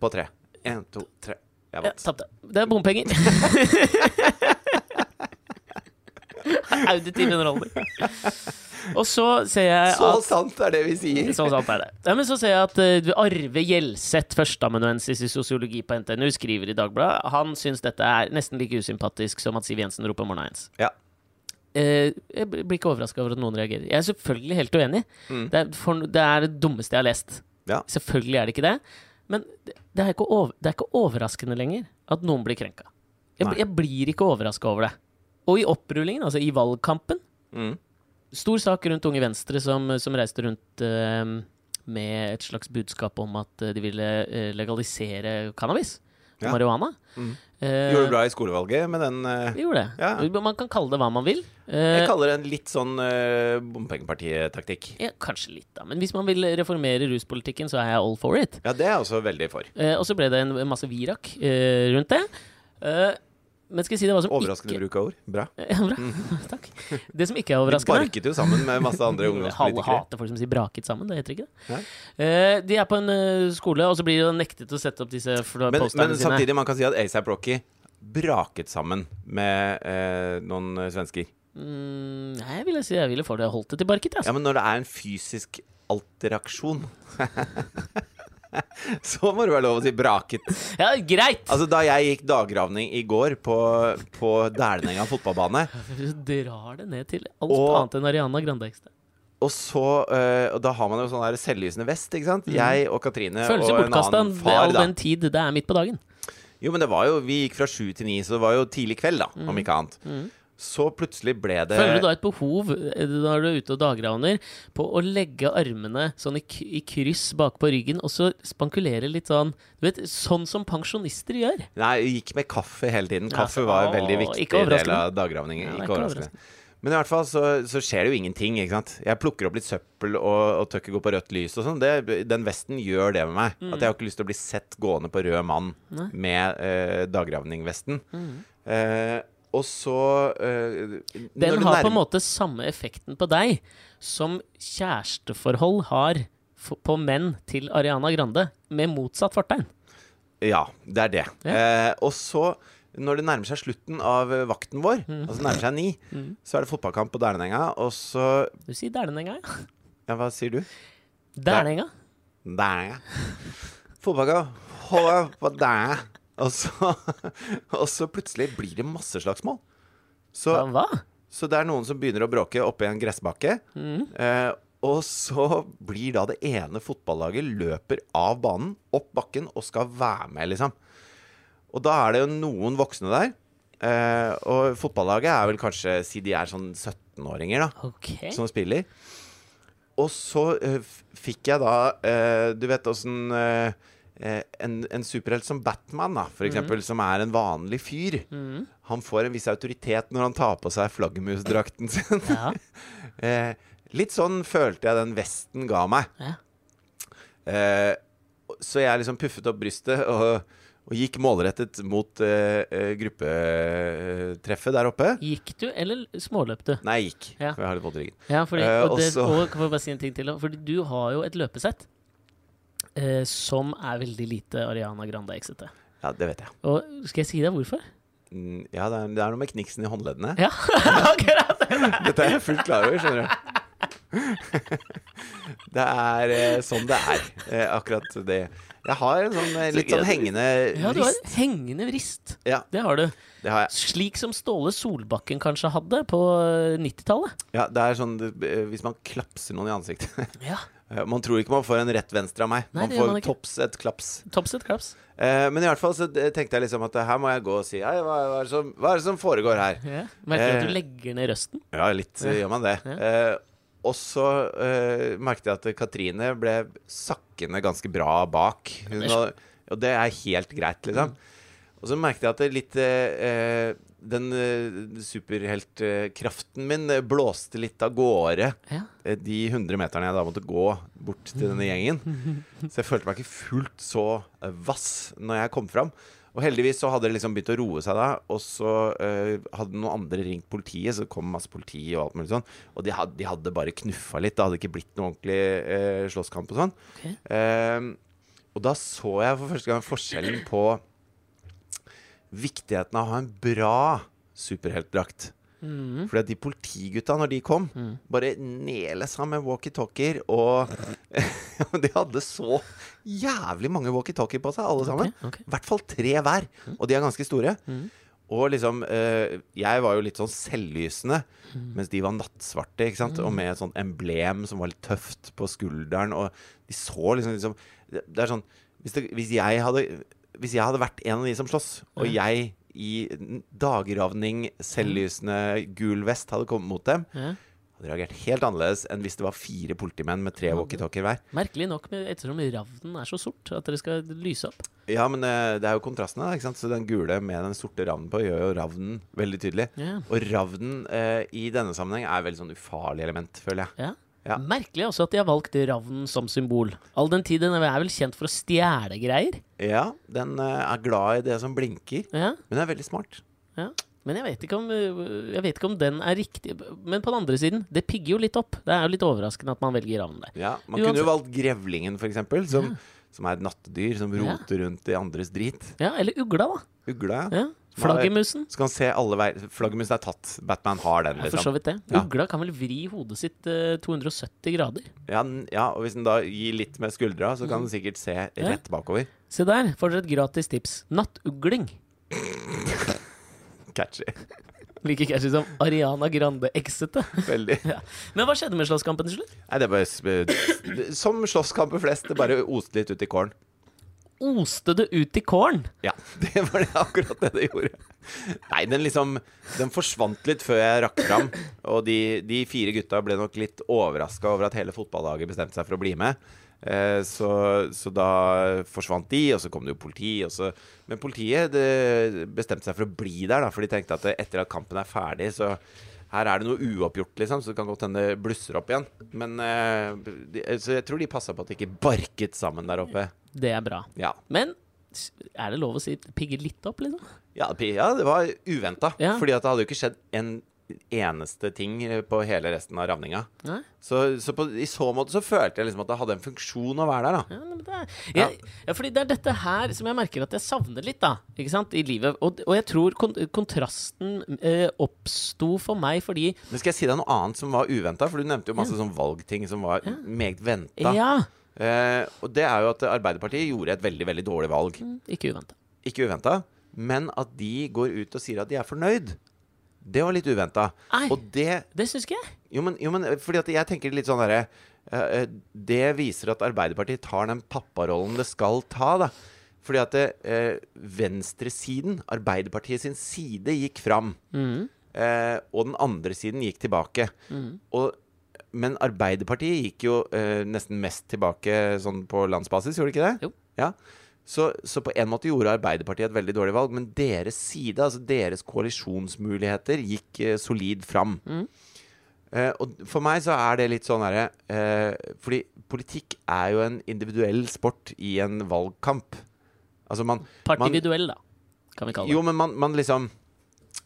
S1: På tre. Én, to, tre. Jeg
S2: Ja,
S1: vant.
S2: tapte. Det er bompenger. Auditiv underholdning. Og så ser jeg
S1: Så
S2: at
S1: sant er det vi sier!
S2: Sånn sant er det. Ja, men så ser jeg at eh, Arve Gjelseth, førsteamanuensis i sosiologi på NTNU, skriver i Dagbladet han syns dette er nesten like usympatisk som at Siv Jensen roper 'morna ens'.
S1: Ja.
S2: Eh, jeg blir ikke overraska over at noen reagerer. Jeg er selvfølgelig helt uenig.
S1: Mm.
S2: Det, er for, det er det dummeste jeg har lest.
S1: Ja.
S2: Selvfølgelig er det ikke det. Men det det er ikke, over, det er ikke overraskende lenger at noen blir krenka. Jeg,
S1: Nei.
S2: jeg blir ikke overraska over det. Og i opprullingen, altså i valgkampen,
S1: Mm.
S2: stor sak rundt Unge Venstre som, som reiste rundt eh, med et slags budskap om at eh, de ville eh, legalisere cannabis. og
S1: Ja.
S2: Marihuana.
S1: Mm.
S2: Eh,
S1: Gjorde det bra i skolevalget med den eh,
S2: vi gjorde det.
S1: Ja.
S2: Man kan kalle det hva man vil. Eh,
S1: Jeg kaller det en litt sånn eh, bompengepartitaktikk.
S2: ja, kanskje litt, da. Men hvis man vil reformere ruspolitikken, så er jeg all for it.
S1: Ja, det er jeg også veldig for.
S2: Eh, og så ble det en masse virak eh, rundt det. Eh, men skal jeg si det hva som
S1: Overraskende
S2: ikke
S1: bruk av ord. Bra. Mm.
S2: Ja, bra. Takk. Det som ikke er
S1: Vi
S2: overraskende
S1: barket jo sammen med masse andre
S2: Halve
S1: ungdomspolitikere.
S2: hater folk som sier 'braket sammen'. Det heter ikke det.
S1: Nei.
S2: Eh, de er på en eh, skole, og så blir de nektet å sette opp disse fl-
S1: Men,
S2: posterne
S1: men
S2: sine.
S1: samtidig, man kan si at ASAP Rocky braket sammen med eh, noen eh, svensker.
S2: Mm, nei, jeg ville si jeg ville få det holdt det til barket.
S1: Ja,
S2: Altså.
S1: men når det er en fysisk alteraksjon Så må det være lov å si braket.
S2: Ja, greit!
S1: Altså, da jeg gikk daggravning i går på, på Dælenenga fotballbane,
S2: Du drar det ned til alt
S1: Og-
S2: annet enn Ariana Grande. Ekstad.
S1: og så eh, Og da har man jo sånn der selvlysende vest, ikke
S2: Mm.
S1: sant? Jeg og Katrine og
S2: Følelser
S1: en
S2: bortkasta
S1: annen
S2: all
S1: far, da.
S2: den tid det er midt på dagen.
S1: Jo, men det var jo Vi gikk fra sju til ni, så det var jo tidlig kveld, da, om ikke annet. Så plutselig ble det
S2: Mm. Føler du da et behov eh, når du er ute og dagravner, på å legge armene sånn i, k- i kryss bakpå ryggen, og så spankulere litt sånn Du vet, sånn som pensjonister gjør.
S1: Nei, jeg gikk med kaffe hele tiden.
S2: Ja,
S1: Kaffe
S2: så-
S1: var
S2: Åh,
S1: en veldig viktig
S2: ikke
S1: del
S2: overraskende.
S1: av daggravning.
S2: Ja, det er
S1: ikke
S2: ikke
S1: overraskende. Men i hvert fall så, så skjer det jo ingenting. ikke sant? Jeg plukker opp litt søppel, og, og tør ikke gå på rødt lys og sånn. Det- Den vesten gjør det med meg. At jeg har ikke lyst til å bli sett gående på rød mann
S2: Mm. Nei. Mm.
S1: med eh, daggravningvesten. Eh, og så eh, når
S2: Den
S1: det
S2: har på
S1: nærm-
S2: en måte samme effekten på deg som kjæresteforhold har f- på menn til Ariana Grande, med motsatt fortegn.
S1: Ja, det er det.
S2: Ja.
S1: Eh, og så, når det nærmer seg slutten av eh, vakten vår, altså nærmer seg ni, så er det fotballkamp på Dælenenga, og så
S2: Du sier Dælenenga, ja.
S1: Ja, hva sier du?
S2: Dælenenga.
S1: Dælenenga. Fotballkamp. Holde på Dælenenga. Og så, og så plutselig blir det masse slagsmål. Så,
S2: Hva? hva?
S1: så det er noen som begynner å bråke oppi en gressbakke. Eh, og så blir da det ene fotballaget løper av banen, opp bakken, og skal være med, liksom. Og da er det jo noen voksne der. Eh, og fotballaget er vel kanskje Si de er sånn 17-åringer, da,
S2: Ok.
S1: som spiller. Og så eh, f- fikk jeg da eh, Du vet åssen eh, eh, en, en superhelt som Batman, da,
S2: Mhm.
S1: for eksempel, som er en vanlig fyr, han får en viss autoritet når han tar på seg flaggermusdrakten sin.
S2: Ja.
S1: Eh, litt sånn følte jeg den vesten ga meg.
S2: Ja.
S1: Eh, så jeg liksom puffet opp brystet og, og gikk målrettet mot eh, eh, gruppetreffet der oppe.
S2: Gikk du, eller småløp du?
S1: Nei, jeg gikk.
S2: Ja.
S1: for Jeg har litt vondt i ryggen.
S2: Ja, fordi,
S1: Eh,
S2: og det,
S1: også-
S2: og kan jeg bare si en ting til? da? Fordi du har jo et løpesett eh, som er veldig lite Ariana Grande-exete.
S1: Ja, det vet jeg.
S2: Og skal jeg si deg hvorfor?
S1: Mm, Ja, det er, det er noe med kniksen i håndleddene.
S2: Ja, akkurat!
S1: Dette er jeg fullt klar over, skjønner du. det er eh, sånn det er. Eh, akkurat det. Jeg har en sånn eh, litt sånn hengende
S2: Ja, du har
S1: vrist.
S2: en hengende vrist.
S1: Ja,
S2: Det har du.
S1: det har jeg.
S2: Slik som Ståle Solbakken kanskje hadde på eh, 90-tallet.
S1: Ja, det er sånn eh, Hvis man klapser noen i ansiktet
S2: Ja.
S1: Eh, Man tror ikke man får en rett venstre av meg.
S2: Nei,
S1: man
S2: det gjør
S1: får
S2: man ikke.
S1: tops et klaps.
S2: Topset Craps.
S1: Eh, men i hvert fall så eh, tenkte jeg liksom at eh, her må jeg gå og si Hei, hva, hva, er det som, hva er det som foregår her?
S2: Merker du at
S1: Eh.
S2: du legger ned røsten?
S1: Ja, litt eh, gjør man det.
S2: Ja.
S1: Eh, og så eh, merket jeg at Katrine ble sakkende ganske bra bak. Hun,
S2: det er
S1: var- og det er helt greit, liksom. Og så merket jeg at det litt eh, eh, Den eh, superheltkraften min eh, blåste litt av gårde
S2: Ja.
S1: eh, de 100 meterne jeg da måtte gå bort til denne gjengen. Så jeg følte meg ikke fullt så eh, vass når jeg kom fram. Og heldigvis så hadde det liksom begynt å roe seg da, og så eh, hadde noen andre ringt politiet, så det kom masse politi og alt mulig sånn. Og de hadde, de hadde bare knuffa litt, det hadde ikke blitt noe ordentlig eh, slåsskamp og sånn.
S2: Ok.
S1: Ehm, og da så jeg for første gang forskjellen på viktigheten av å ha en bra superheltdrakt.
S2: Mm. Mhm.
S1: Fordi at de politigutta, når de kom, bare nele sammen walkietalkier og De hadde så jævlig mange walkietalkier på seg, alle sammen.
S2: Ok, Mhm. ok.
S1: I hvert fall tre hver, og de er ganske store. Og liksom eh, Jeg var jo litt sånn selvlysende, mens de var nattsvarte, ikke sant. Og med et sånt emblem som var litt tøft på skulderen, og de så liksom, liksom Det det er sånn Hvis, det, hvis jeg hadde Hvis jeg hadde vært en av de som slåss, og jeg i n- dagravning, selvlysende gul vest hadde kommet mot dem,
S2: Ja.
S1: hadde reagert helt annerledes enn hvis det var fire politimenn med tre walkietalkier hver.
S2: Merkelig nok, men ettersom ravnen er så sort, at dere skal lyse opp.
S1: Ja, men eh, det er jo kontrastene, da, ikke sant? Så den gule med den sorte ravnen på gjør jo ravnen veldig tydelig.
S2: Ja.
S1: Og ravnen eh, i denne sammenheng er et veldig sånn ufarlig element, føler jeg.
S2: Ja.
S1: Ja.
S2: Merkelig også at de har valgt ravnen som symbol. All den tid den er vel kjent for å stjele greier.
S1: Ja, den eh, er glad i det som blinker,
S2: Ja.
S1: men den er veldig smart.
S2: Ja. Men jeg vet, ikke om, øh, jeg vet ikke om den er riktig. Men på den andre siden, det pigger jo litt opp. Det er jo litt overraskende at man velger ravnen der.
S1: Ja, Man
S2: Uansett-
S1: kunne jo valgt grevlingen, for eksempel, som, som er et nattdyr som roter rundt i andres drit.
S2: Ja, eller ugla, da.
S1: Ugla, ja.
S2: Ja. Flaggermusen.
S1: Så kan han se alle veier Flaggermusen er tatt. Batman har den,
S2: For så
S1: liksom.
S2: vidt det.
S1: Ja.
S2: Ugla kan vel vri hodet sitt øh, 270 grader.
S1: Ja, den- ja, og hvis den da gir litt med skuldra, så kan den sikkert se rett bakover.
S2: Se der får dere et gratis tips. Nattugling.
S1: Catchy.
S2: Like catchy som Ariana Grande-exete.
S1: Veldig.
S2: Ja. Men hva skjedde med slåsskampen til slutt?
S1: Nei, det er eh, bare Som slåsskamper flest, det bare oste litt ut i kålen.
S2: Oste det ut i kålen?
S1: Ja, det var det akkurat det det gjorde. Nei, den liksom Den forsvant litt før jeg rakk fram. Og de, de fire gutta ble nok litt overraska over at hele fotballaget bestemte seg for å bli med. Eh, så, så da forsvant de, og så kom det jo politi. Og så, men politiet det bestemte seg for å bli der, da, for de tenkte at etter at kampen er ferdig, så her er det noe uoppgjort, liksom, så det kan godt hende det blusser opp igjen. Men eh, de, Så jeg tror de passa på at det ikke barket sammen der oppe.
S2: Det er bra.
S1: Ja.
S2: Men s- er det lov å si det pigger litt opp, liksom?
S1: Ja, pi- ja det var uventa.
S2: Ja.
S1: Fordi at det hadde jo ikke skjedd en eneste ting eh, på hele resten av ravninga.
S2: Nei.
S1: Så, så på, i så måte så følte jeg liksom at det hadde en funksjon å være der, da.
S2: Ja, nei, men det er,
S1: Ja.
S2: jeg, ja, fordi det er dette her som jeg merker at jeg savner litt da, ikke sant, i livet. Og, og jeg tror kon kontrasten eh, oppsto for meg fordi
S1: Men skal jeg si deg noe annet som var uventa? For du nevnte jo masse sånn valgting som var meget venta.
S2: Ja!
S1: Eh, og det er jo at Arbeiderpartiet gjorde et veldig, veldig dårlig valg.
S2: Ikke uventa.
S1: Ikke uventa, men at de går ut og sier at de er fornøyd. Det var litt uventa.
S2: Nei.
S1: Og det
S2: Det syns ikke jeg.
S1: Jo, men, jo, men eh, fordi at jeg tenker litt sånn derre eh, eh, Det viser at Arbeiderpartiet tar den papparollen det skal ta, da. Fordi at eh, venstresiden, Arbeiderpartiet sin side, gikk fram.
S2: Mm.
S1: Eh, og den andre siden gikk tilbake. Og, men Arbeiderpartiet gikk jo eh, nesten mest tilbake sånn på landsbasis, gjorde det ikke det?
S2: Jo.
S1: Ja. Så, så på en måte gjorde Arbeiderpartiet et veldig dårlig valg, men deres side, altså deres koalisjonsmuligheter, gikk eh, solid fram. Eh, og for meg så er det litt sånn herre eh, Fordi politikk er jo en individuell sport i en valgkamp. Altså man, man
S2: Partividuell, da, kan vi kalle det.
S1: Jo, men man, man liksom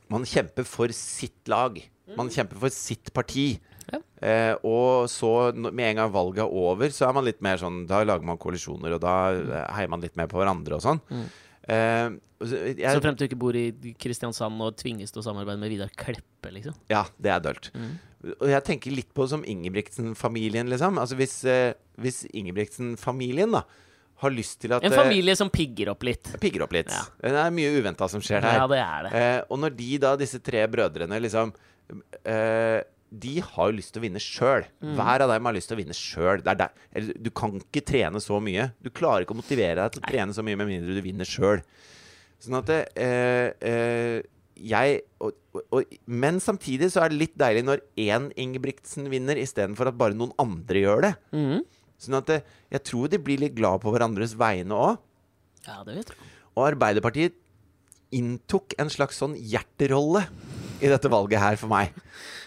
S1: Man kjemper for sitt lag. Man kjemper for sitt parti.
S2: Mm. Ja.
S1: Eh, og så, når- med en gang valget er over, så er man litt mer sånn Da lager man koalisjoner, og da
S2: Mm.
S1: eh, heier man litt mer på hverandre og sånn. Eh, og så- jeg,
S2: Så frem til du ikke bor i Kristiansand og tvinges til å samarbeide med Vidar Kleppe, liksom.
S1: Ja, det er dølt.
S2: Mm.
S1: Og jeg tenker litt på det som Ingebrigtsen-familien, liksom. Altså hvis, eh, hvis Ingebrigtsen-familien da har lyst til at
S2: En
S1: eh,
S2: familie som pigger opp litt.
S1: Pigger opp litt.
S2: Ja.
S1: Det er mye uventa som skjer her.
S2: Ja, det er det.
S1: Eh, og når de da, disse tre brødrene, liksom eh, de har jo lyst til å vinne sjøl. Hver av dem har lyst til å vinne sjøl. Det er der- eller Du kan ikke trene så mye. Du klarer ikke å motivere deg til å trene så mye med mindre du vinner sjøl. Sånn at det, eh, eh, jeg og, og, og, Men samtidig så er det litt deilig når én Ingebrigtsen vinner, istedenfor at bare noen andre gjør det.
S2: Mhm.
S1: Sånn at det, jeg tror de blir litt glad på hverandres vegne òg.
S2: Ja, det vet jeg.
S1: Og Arbeiderpartiet inntok en slags sånn hjerterolle i dette valget her for meg.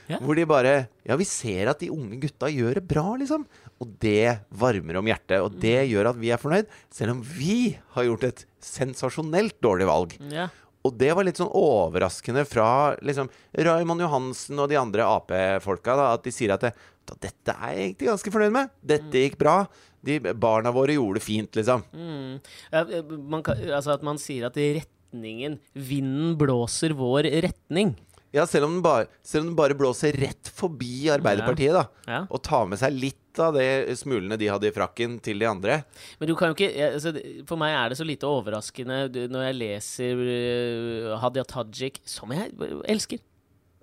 S2: Ja.
S1: Hvor de bare Ja, vi ser at de unge gutta gjør det bra, liksom. Og det varmer om hjertet. Og det gjør at vi er fornøyd, selv om vi har gjort et sensasjonelt dårlig valg.
S2: Mm, Ja.
S1: Og det var litt sånn overraskende fra liksom Raymond Johansen og de andre Ap-folka, da, at de sier at det, "Da, dette er jeg egentlig ganske fornøyd med. Dette gikk bra. De barna våre gjorde det fint, liksom.
S2: Mm. Ja, Man kan, altså at man sier at retningen Vinden blåser vår retning.
S1: Ja, selv om den bare, selv om den bare blåser rett forbi Arbeiderpartiet, da.
S2: Ja.
S1: Og tar med seg litt av de smulene de hadde i frakken, til de andre.
S2: Men du kan jo ikke jeg- altså, det- For meg er det så lite overraskende du- når jeg leser øh, Hadia Tajik, som jeg elsker.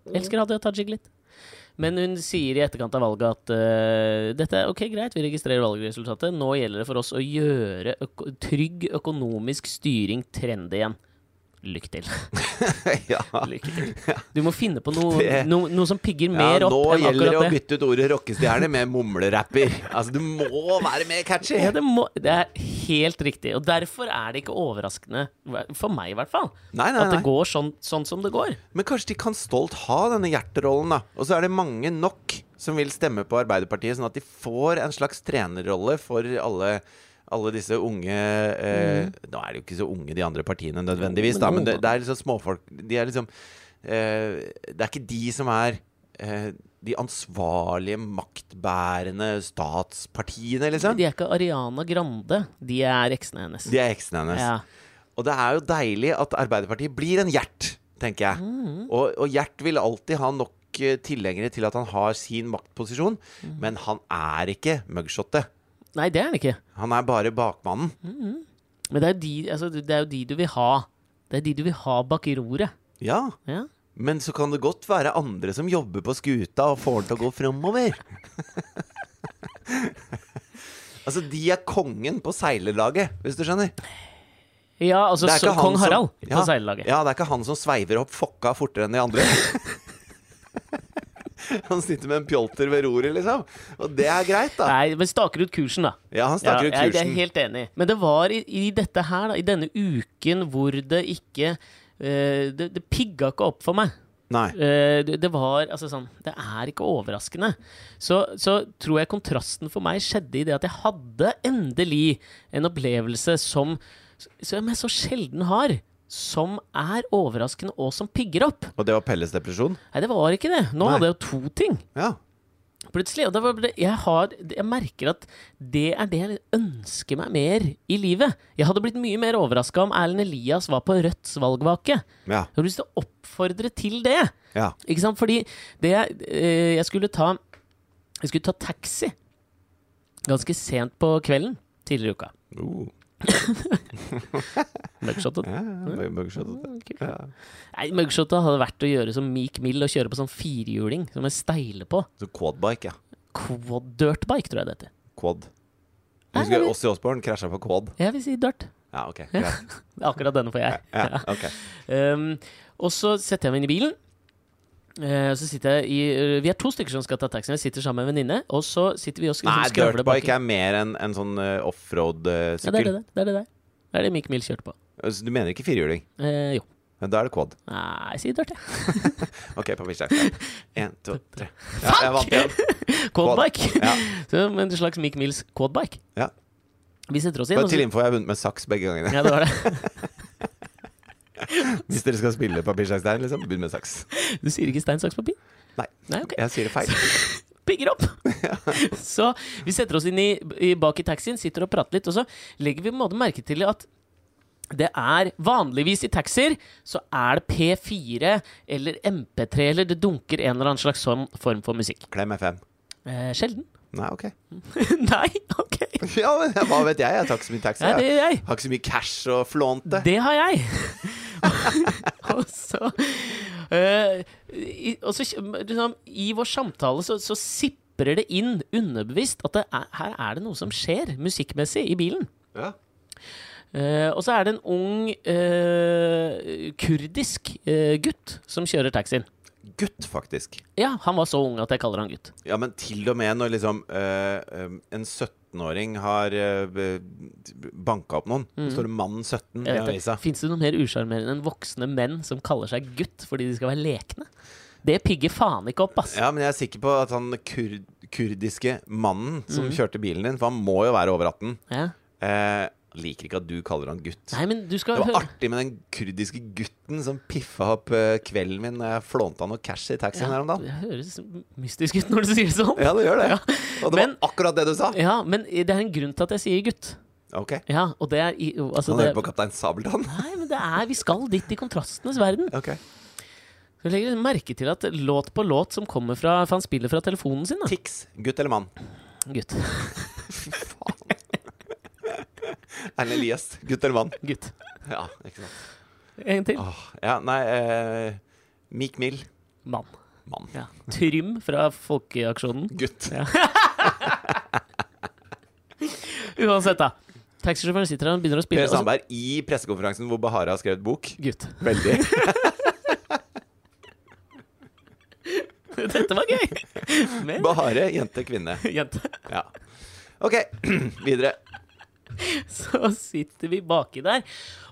S1: Mm.
S2: Elsker Hadia Tajik litt. Men hun sier i etterkant av valget at øh, dette er ok, greit, vi registrerer valgresultatet. Nå gjelder det for oss å gjøre øko trygg økonomisk styring trendy igjen. Lykke til.
S1: ja.
S2: Lykke til. Du må finne på noe,
S1: Det-
S2: noe, noe som
S1: ja,
S2: pigger mer
S1: nå
S2: opp enn
S1: gjelder det å
S2: akkurat det.
S1: bytte ut ordet rockestjerne med mumlerapper. Altså, du må være mer catchy!
S2: Ja, det, må, det er helt riktig. Og derfor er det ikke overraskende, for meg i hvert fall,
S1: Nei, nei,
S2: at det
S1: nei.
S2: går sånn, sånn som det går.
S1: Men kanskje de kan stolt ha denne hjerterollen, da. Og så er det mange nok som vil stemme på Arbeiderpartiet, sånn at de får en slags trenerrolle for alle. Alle disse unge eh, Nå er det jo ikke så unge de andre partiene nødvendigvis,
S2: Mm. Jo,
S1: da,
S2: men
S1: men det,
S2: noen,
S1: det er liksom småfolk De er liksom eh, Det er ikke de som er eh, de ansvarlige, maktbærende statspartiene, liksom.
S2: De er ikke Ariana Grande, de er eksene hennes.
S1: De er heksene hennes.
S2: Ja.
S1: Og det er jo deilig at Arbeiderpartiet blir en Gjert, tenker jeg. Og, og Gjert vil alltid ha nok eh, tilhengere til at han har sin maktposisjon, men han er ikke mugshotet.
S2: Nei, det er det ikke.
S1: Han er bare bakmannen.
S2: Men det er, jo de, altså, det er jo de du vil ha. Det er de du vil ha bak roret.
S1: Ja,
S2: Ja.
S1: men så kan det godt være andre som jobber på skuta og får den til å gå framover. altså, de er kongen på seilerlaget, hvis du skjønner.
S2: Ja, altså
S1: Det er
S2: så,
S1: ikke han
S2: kong
S1: som-
S2: Harald
S1: Ja,
S2: på seillaget.
S1: Ja, det er ikke han som sveiver opp fokka fortere enn de andre. han sitter med en pjolter ved roret, liksom. Og det er greit, da.
S2: Nei, men staker ut kursen, da.
S1: Ja, han snakker
S2: Ja,
S1: ut
S2: Jeg, jeg er
S1: kursen.
S2: helt enig. Men det var i, i dette her, da, i denne uken hvor det ikke eh, det, det pigga ikke opp for meg.
S1: Nei.
S2: Eh, det, det var altså sånn Det er ikke overraskende. Så, så tror jeg kontrasten for meg skjedde i det at jeg hadde endelig en opplevelse som Som jeg så sjelden har. Som er overraskende, og som pigger opp.
S1: Og det var Pelles depresjon?
S2: Nei, det var ikke det. Nå
S1: Nei.
S2: hadde jeg jo to ting
S1: Ja.
S2: plutselig. Og da var det, jeg, har, jeg merker at det er det jeg ønsker meg mer i livet. Jeg hadde blitt mye mer overraska om Erlend Elias var på Rødts valgvake. Jeg
S1: Ja.
S2: har lyst til å oppfordre til det.
S1: ja.
S2: Ikke sant? Fordi det jeg, eh, jeg skulle ta Jeg skulle ta taxi ganske sent på kvelden tidligere i uka.
S1: Uh,
S2: Mugshotet.
S1: ja, ja, mugshottet.
S2: Kult.
S1: ja.
S2: Nei, mugshotet hadde vært å gjøre som Meek Mill og kjøre på sånn firehjuling som jeg steiler på.
S1: Så quadbike, ja.
S2: Quad dirtbike, tror jeg det heter.
S1: Quad.
S2: Nei,
S1: Husker
S2: nei,
S1: du Åssi Osborn krasja på quad?
S2: Jeg vil si dirt.
S1: Ja, OK. Greit.
S2: Akkurat denne får jeg.
S1: Ja, ok.
S2: Um, og så setter jeg meg inn i bilen. Eh, så sitter jeg i, eh, vi er to stykker som skal ta taxi. Jeg sitter sammen med en venninne. Og så sitter vi og sk-
S1: Nei,
S2: sånn skravler baki.
S1: dirtbike er mer enn en sånn eh,
S2: Ja, det er
S1: offroad-sykkel.
S2: det der. Det er det der. Det er det Mick Mill kjørte på.
S1: Så du mener ikke firhjuling?
S2: Eh, jo.
S1: Men Da er det quad.
S2: Nei, jeg sier dirt, jeg.
S1: Ok, på bislett. En, to, tre. Ja, jeg vant igjen.
S2: Quadbike.
S1: Ja.
S2: Som en slags Mick Mills quadbike.
S1: Ja.
S2: Vi setter oss inn.
S1: Bare
S2: og så-
S1: til info, jeg har vunnet med saks begge gangene.
S2: Ja, det var det.
S1: Hvis dere skal spille papirsaks der, liksom, begynn med saks.
S2: Du sier ikke stein, saks, papir?
S1: Nei,
S2: Nei, ok.
S1: jeg sier det feil.
S2: Pigger opp! Så vi setter oss inn i, i bak i taxien, sitter og prater litt, og så legger vi på en måte merke til at det er vanligvis i taxier så er det P4 eller MP3 eller det dunker en eller annen slags sånn form for musikk.
S1: Klem FM.
S2: Eh, sjelden.
S1: Nei, ok.
S2: Nei, ok.
S1: Ja, men hva vet jeg? Jeg tar ikke så mye taxi.
S2: Nei, det
S1: Jeg
S2: gjør jeg.
S1: har ikke så mye cash å flånte.
S2: Det har jeg. og så eh, i, og så, liksom, I vår samtale så, så siprer det inn underbevisst at det er, her er det noe som skjer musikkmessig i bilen.
S1: Ja.
S2: Eh, og så er det en ung eh, kurdisk eh, gutt som kjører taxien.
S1: Gutt, faktisk.
S2: Ja, han var så ung at jeg kaller han gutt.
S1: Ja, men til og med når liksom eh, eh, en 17-åring har uh, banka opp noen, så står det 'mann 17' i
S2: Mm. Jeg vet
S1: avisa.
S2: det. Fins det noe mer usjarmerende enn voksne menn som kaller seg gutt fordi de skal være lekne? Det pigger faen ikke opp, ass.
S1: Ja, men jeg er sikker på at han kur kurdiske mannen som
S2: Mm.
S1: kjørte bilen din, for han må jo være over 18
S2: Ja.
S1: eh, Liker ikke at du kaller han gutt.
S2: Nei, men du
S1: Det
S2: skal
S1: var
S2: høre
S1: artig med den kurdiske gutten som piffa opp eh, kvelden min når jeg flånte han noe cash i taxien her Sånn om dagen.
S2: Det høres mystisk ut når du sier det sånn.
S1: Ja, det gjør det. Og det
S2: Men-
S1: var akkurat det du sa.
S2: Ja, men det er en grunn til at jeg sier gutt.
S1: Ok.
S2: Ja, og det er i- jo, altså
S1: Han
S2: det,
S1: hører på Kaptein Sabeltann.
S2: Nei, men det er Vi skal dit i kontrastenes verden.
S1: Ok.
S2: Du legger merke til at låt på låt som kommer fra For han spiller fra telefonen sin, da.
S1: Tix. Gutt eller mann?
S2: Gutt.
S1: Fy faen. Erlend Elias. Gutt eller mann?
S2: Gutt.
S1: Ja, ikke sant.
S2: En til.
S1: Åh, ja, nei eh, Meek Mill.
S2: Mann.
S1: Mann.
S2: Ja. Trym fra Folkeaksjonen.
S1: Gutt.
S2: Uansett, da. Taxisjåføren sitter her og begynner å spille.
S1: Per
S2: og så-
S1: Sandberg i pressekonferansen hvor Bahara har skrevet bok.
S2: Gutt.
S1: Veldig.
S2: Dette var gøy! Men
S1: Bahare, jente, kvinne.
S2: jente,
S1: Ja. OK, videre.
S2: så sitter vi baki der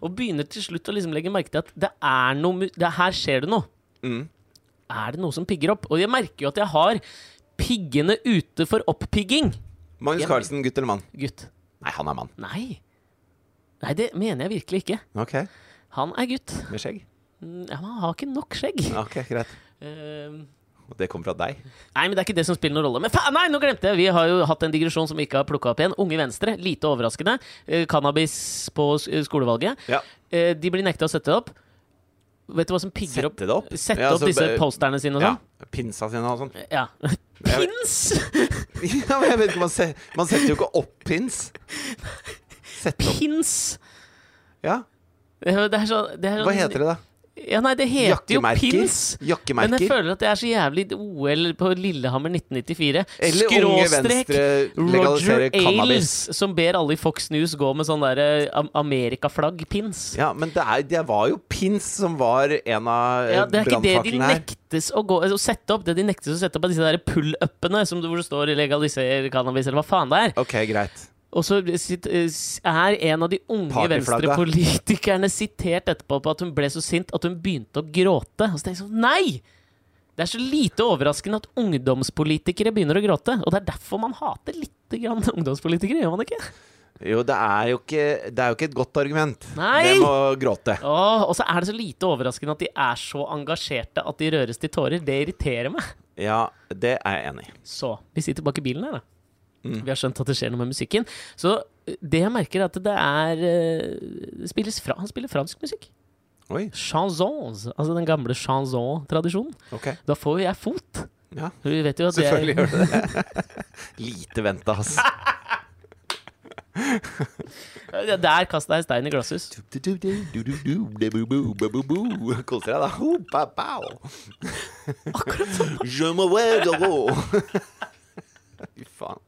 S2: og begynner til slutt å liksom legge merke til at det er noe mu- det, Her skjer det noe.
S1: Mm.
S2: Er det noe som pigger opp? Og jeg merker jo at jeg har piggene ute for opppigging.
S1: Magnus Carlsen, gutt eller mann?
S2: Gutt.
S1: Nei, han er mann.
S2: Nei. Nei, det mener jeg virkelig ikke.
S1: Ok,
S2: Han er gutt.
S1: Med skjegg?
S2: Mm, Ja, men han har ikke nok skjegg.
S1: Ok, Greit.
S2: Eh,
S1: Og det kommer fra deg?
S2: Nei, men det er ikke det som spiller noen rolle. Men faen, nei, nå glemte jeg! Vi har jo hatt en digresjon som vi ikke har plukka opp igjen. Unge Venstre, lite overraskende. Eh, Cannabis på s- eh, skolevalget.
S1: Ja.
S2: Eh, De blir nekta å sette det opp. Vet du hva som pigger
S1: Sette
S2: opp?
S1: det opp?
S2: Sette
S1: Ja,
S2: opp
S1: så
S2: disse
S1: be-
S2: posterne sine og
S1: ja.
S2: sånn?
S1: Pinsa sine og sånn.
S2: Ja. Pins!
S1: Ja, men jeg vet ikke, man, se, man setter jo ikke opp pins. Sett opp
S2: Pins!
S1: Ja,
S2: Det er det er så, det er sånn-
S1: hva heter det, da?
S2: Ja, nei, det heter jo
S1: Jakkemerker?
S2: pins. Men jeg
S1: Jakkemerker?
S2: føler at det er så jævlig OL på Lillehammer 1994.
S1: Eller Unge Venstre
S2: Roger
S1: legaliserer
S2: Ailes,
S1: cannabis.
S2: som ber alle i Fox News gå med sånn derre am- amerikaflagg-pins.
S1: Ja, men det, er, det var jo pins som var en av
S2: Ja,
S1: ja,
S2: det er ikke det de
S1: brannfaklene her.
S2: nektes å, gå, å sette opp. Det de nektes å sette opp, er disse der pull-upene som det- hvor det står 'legaliser cannabis', eller hva faen det er.
S1: Ok, greit.
S2: Og så sit- eh, er en av de unge
S1: Partyflagget.
S2: venstrepolitikerne sitert etterpå på at hun ble så sint at hun begynte å gråte. Og så tenkte jeg sånn Nei! Det er så lite overraskende at ungdomspolitikere begynner å gråte. Og det er derfor man hater lite grann ungdomspolitikere, gjør man ikke?
S1: Jo, det er jo ikke, det er jo ikke et godt argument.
S2: Nei!
S1: Det må gråte.
S2: Åh, og så er det så lite overraskende at de er så engasjerte at de røres til tårer. Det irriterer meg.
S1: Ja, det er jeg enig i.
S2: Så vi sitter bak i bilen her, da. Vi har skjønt at det skjer noe med musikken. Så eh, det jeg merker, er at det er eh, det spilles fra, Han spiller fransk musikk.
S1: Oi,
S2: Chansons. Altså den gamle chanson-tradisjonen.
S1: ok.
S2: Da får jo jeg fot.
S1: Ja,
S2: For Vi vet jo at det er-
S1: selvfølgelig gjør det det. Lite venta, ass.
S2: Ja, Der kasta jeg stein i glasshus.
S1: Koser deg, da. Ho, ba, bao.
S2: Akkurat sånn.
S1: Je m'en vais, garo. Fy faen.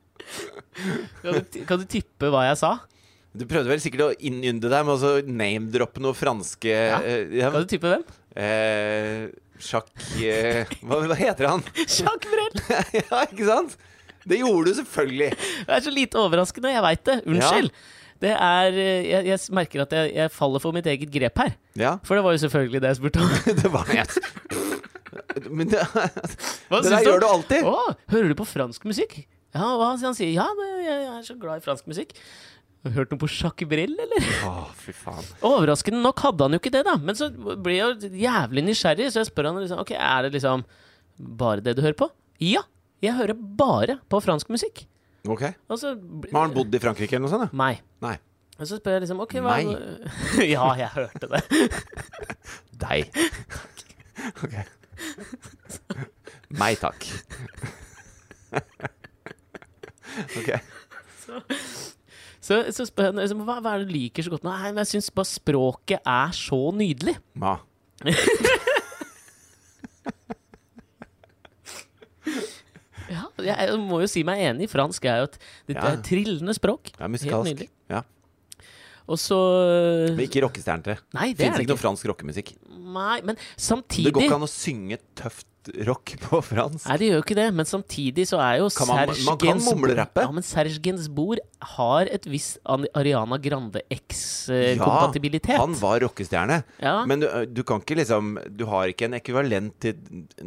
S2: Kan du, ti- kan du tippe hva jeg sa?
S1: Du prøvde vel sikkert å innynde deg med å så name-droppe noe franske eh, ja.
S2: Kan du tippe hvem?
S1: eh, Jacques eh, hva, hva heter han?
S2: Jacques Brel!
S1: ja, ikke sant? Det gjorde du selvfølgelig.
S2: Det er så lite overraskende, jeg veit det. Unnskyld. Det er eh, Jeg, jeg merker at jeg, jeg faller for mitt eget grep her.
S1: Ja,
S2: For det var jo selvfølgelig det jeg spurte om.
S1: det var jeg. Men det,
S2: Hva
S1: det der gjør du alltid.
S2: Å, hører du på fransk musikk? Ja, hva han sier? Ja, det, jeg er så glad i fransk musikk. Har du hørt noe på Jacques Brel, eller?
S1: Å, fy faen.
S2: Overraskende nok hadde han jo ikke det, da. Men så ble jeg jo jævlig nysgjerrig, så jeg spør han liksom Ok, er det liksom bare det du hører på? Ja! Jeg hører bare på fransk musikk.
S1: Ok.
S2: Og så
S1: Men har han bodd i Frankrike eller noe sånt? da?
S2: Meg.
S1: Nei.
S2: Og så spør jeg liksom Ok, hva Ja, jeg hørte det.
S1: Deg. Ok. Meg, takk. Ok.
S2: Så, så spør han liksom hva, hva er det du liker så godt med Nei, men jeg syns bare språket er så nydelig.
S1: Ma.
S2: Jeg må jo si meg enig. Fransk er jo et det
S1: Ja.
S2: er et trillende språk.
S1: Ja, musikalsk.
S2: nydelig.
S1: Ja.
S2: Og så
S1: Men ikke rockestjernete.
S2: Nei, det
S1: Fins
S2: er det
S1: ikke noe
S2: ikke.
S1: fransk rockemusikk.
S2: Nei, men
S1: Det går
S2: samtidig
S1: ikke an å synge tøft rock på fransk.
S2: Nei, det gjør jo ikke det, men samtidig så er jo
S1: Kan man-
S2: Serge
S1: man kan
S2: Gainsbourg-
S1: mumlerappe.
S2: Ja, men Serge Gainsbourg har et visst An- Ariana Grande
S1: Ja,
S2: eh, X-kompatibilitet.
S1: Han var rockestjerne.
S2: Ja.
S1: Men du, du kan ikke liksom Du har ikke en ekvivalent til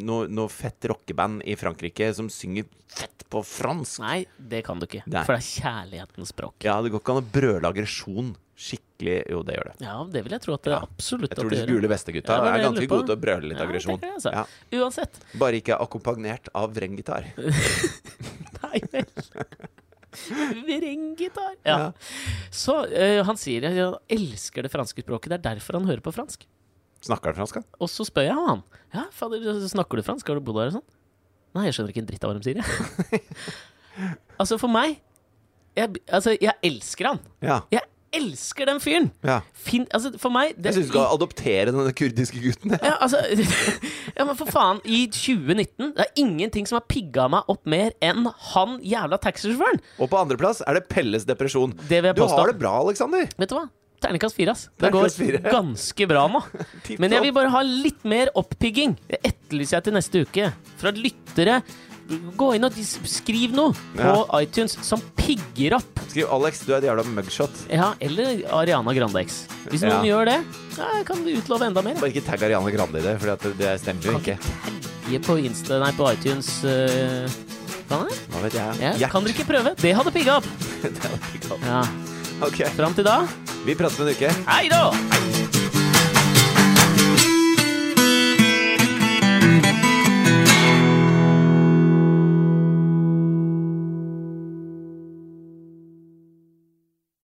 S1: noe noe fett rockeband i Frankrike som synger fett på fransk.
S2: Nei, det kan du ikke.
S1: Nei.
S2: For det er kjærlighetens språk.
S1: Ja, det går ikke an å brøle aggresjon skikkelig Jo, det gjør det.
S2: Ja, det vil jeg tro at det
S1: Ja.
S2: absolutt
S1: Jeg tror
S2: at
S1: disse
S2: det gjør.
S1: gule vestegutta
S2: Ja, det var
S1: er
S2: det jeg
S1: ganske
S2: lurer på.
S1: gode til å brøle litt
S2: Ja, det
S1: aggresjon.
S2: tenker jeg, altså.
S1: Ja.
S2: Uansett.
S1: Bare ikke akkompagnert av vrenggitar.
S2: Nei vel. Vrenggitar. Ja. Så eh, han sier at han elsker det franske språket. Det er derfor han hører på fransk.
S1: Snakker han fransk, da?
S2: Og så spør jeg han. Ja, fader, snakker du fransk? Har du bodd her og sånn? Nei, jeg skjønner ikke en dritt av hva de sier, jeg. altså, for meg jeg, Altså, jeg elsker han.
S1: Ja.
S2: Jeg elsker den fyren!
S1: ja.
S2: Fin, altså, for meg det,
S1: Jeg syns du skal adoptere denne kurdiske gutten.
S2: Ja, altså Ja, men for faen. I 2019 Det er ingenting som har pigga meg opp mer enn han jævla taxisjåføren!
S1: Og på andreplass er det Pelles depresjon.
S2: Det vil jeg
S1: Du
S2: påstå.
S1: har det bra, Aleksander.
S2: Vet du hva? Terningkast fire, ass. Det går
S1: Terningkast fire.
S2: ganske bra nå.
S1: Tipp
S2: Men jeg
S1: topp.
S2: vil bare ha litt mer oppigging. Det etterlyser jeg til neste uke. Fra lyttere. Gå inn og dis- skriv noe på
S1: Ja.
S2: iTunes som pigger opp.
S1: Skriv Alex, du er et jævla mugshot.
S2: Ja, eller Ariana Grande X. Hvis
S1: Ja.
S2: noen gjør det, ja, jeg kan utlove enda mer.
S1: Bare ikke tagg Ariane Grande i det, for det, det stemmer jo
S2: Kan
S1: ikke.
S2: Gi på Insta, nei, på iTunes eh, Kan jeg?
S1: Hva vet jeg?
S2: Ja. Kan dere ikke prøve? Det hadde pigga opp.
S1: Det er ikke sant.
S2: Ja.
S1: Ok,
S2: Fram til da,
S1: vi prates om en uke.
S2: hei da!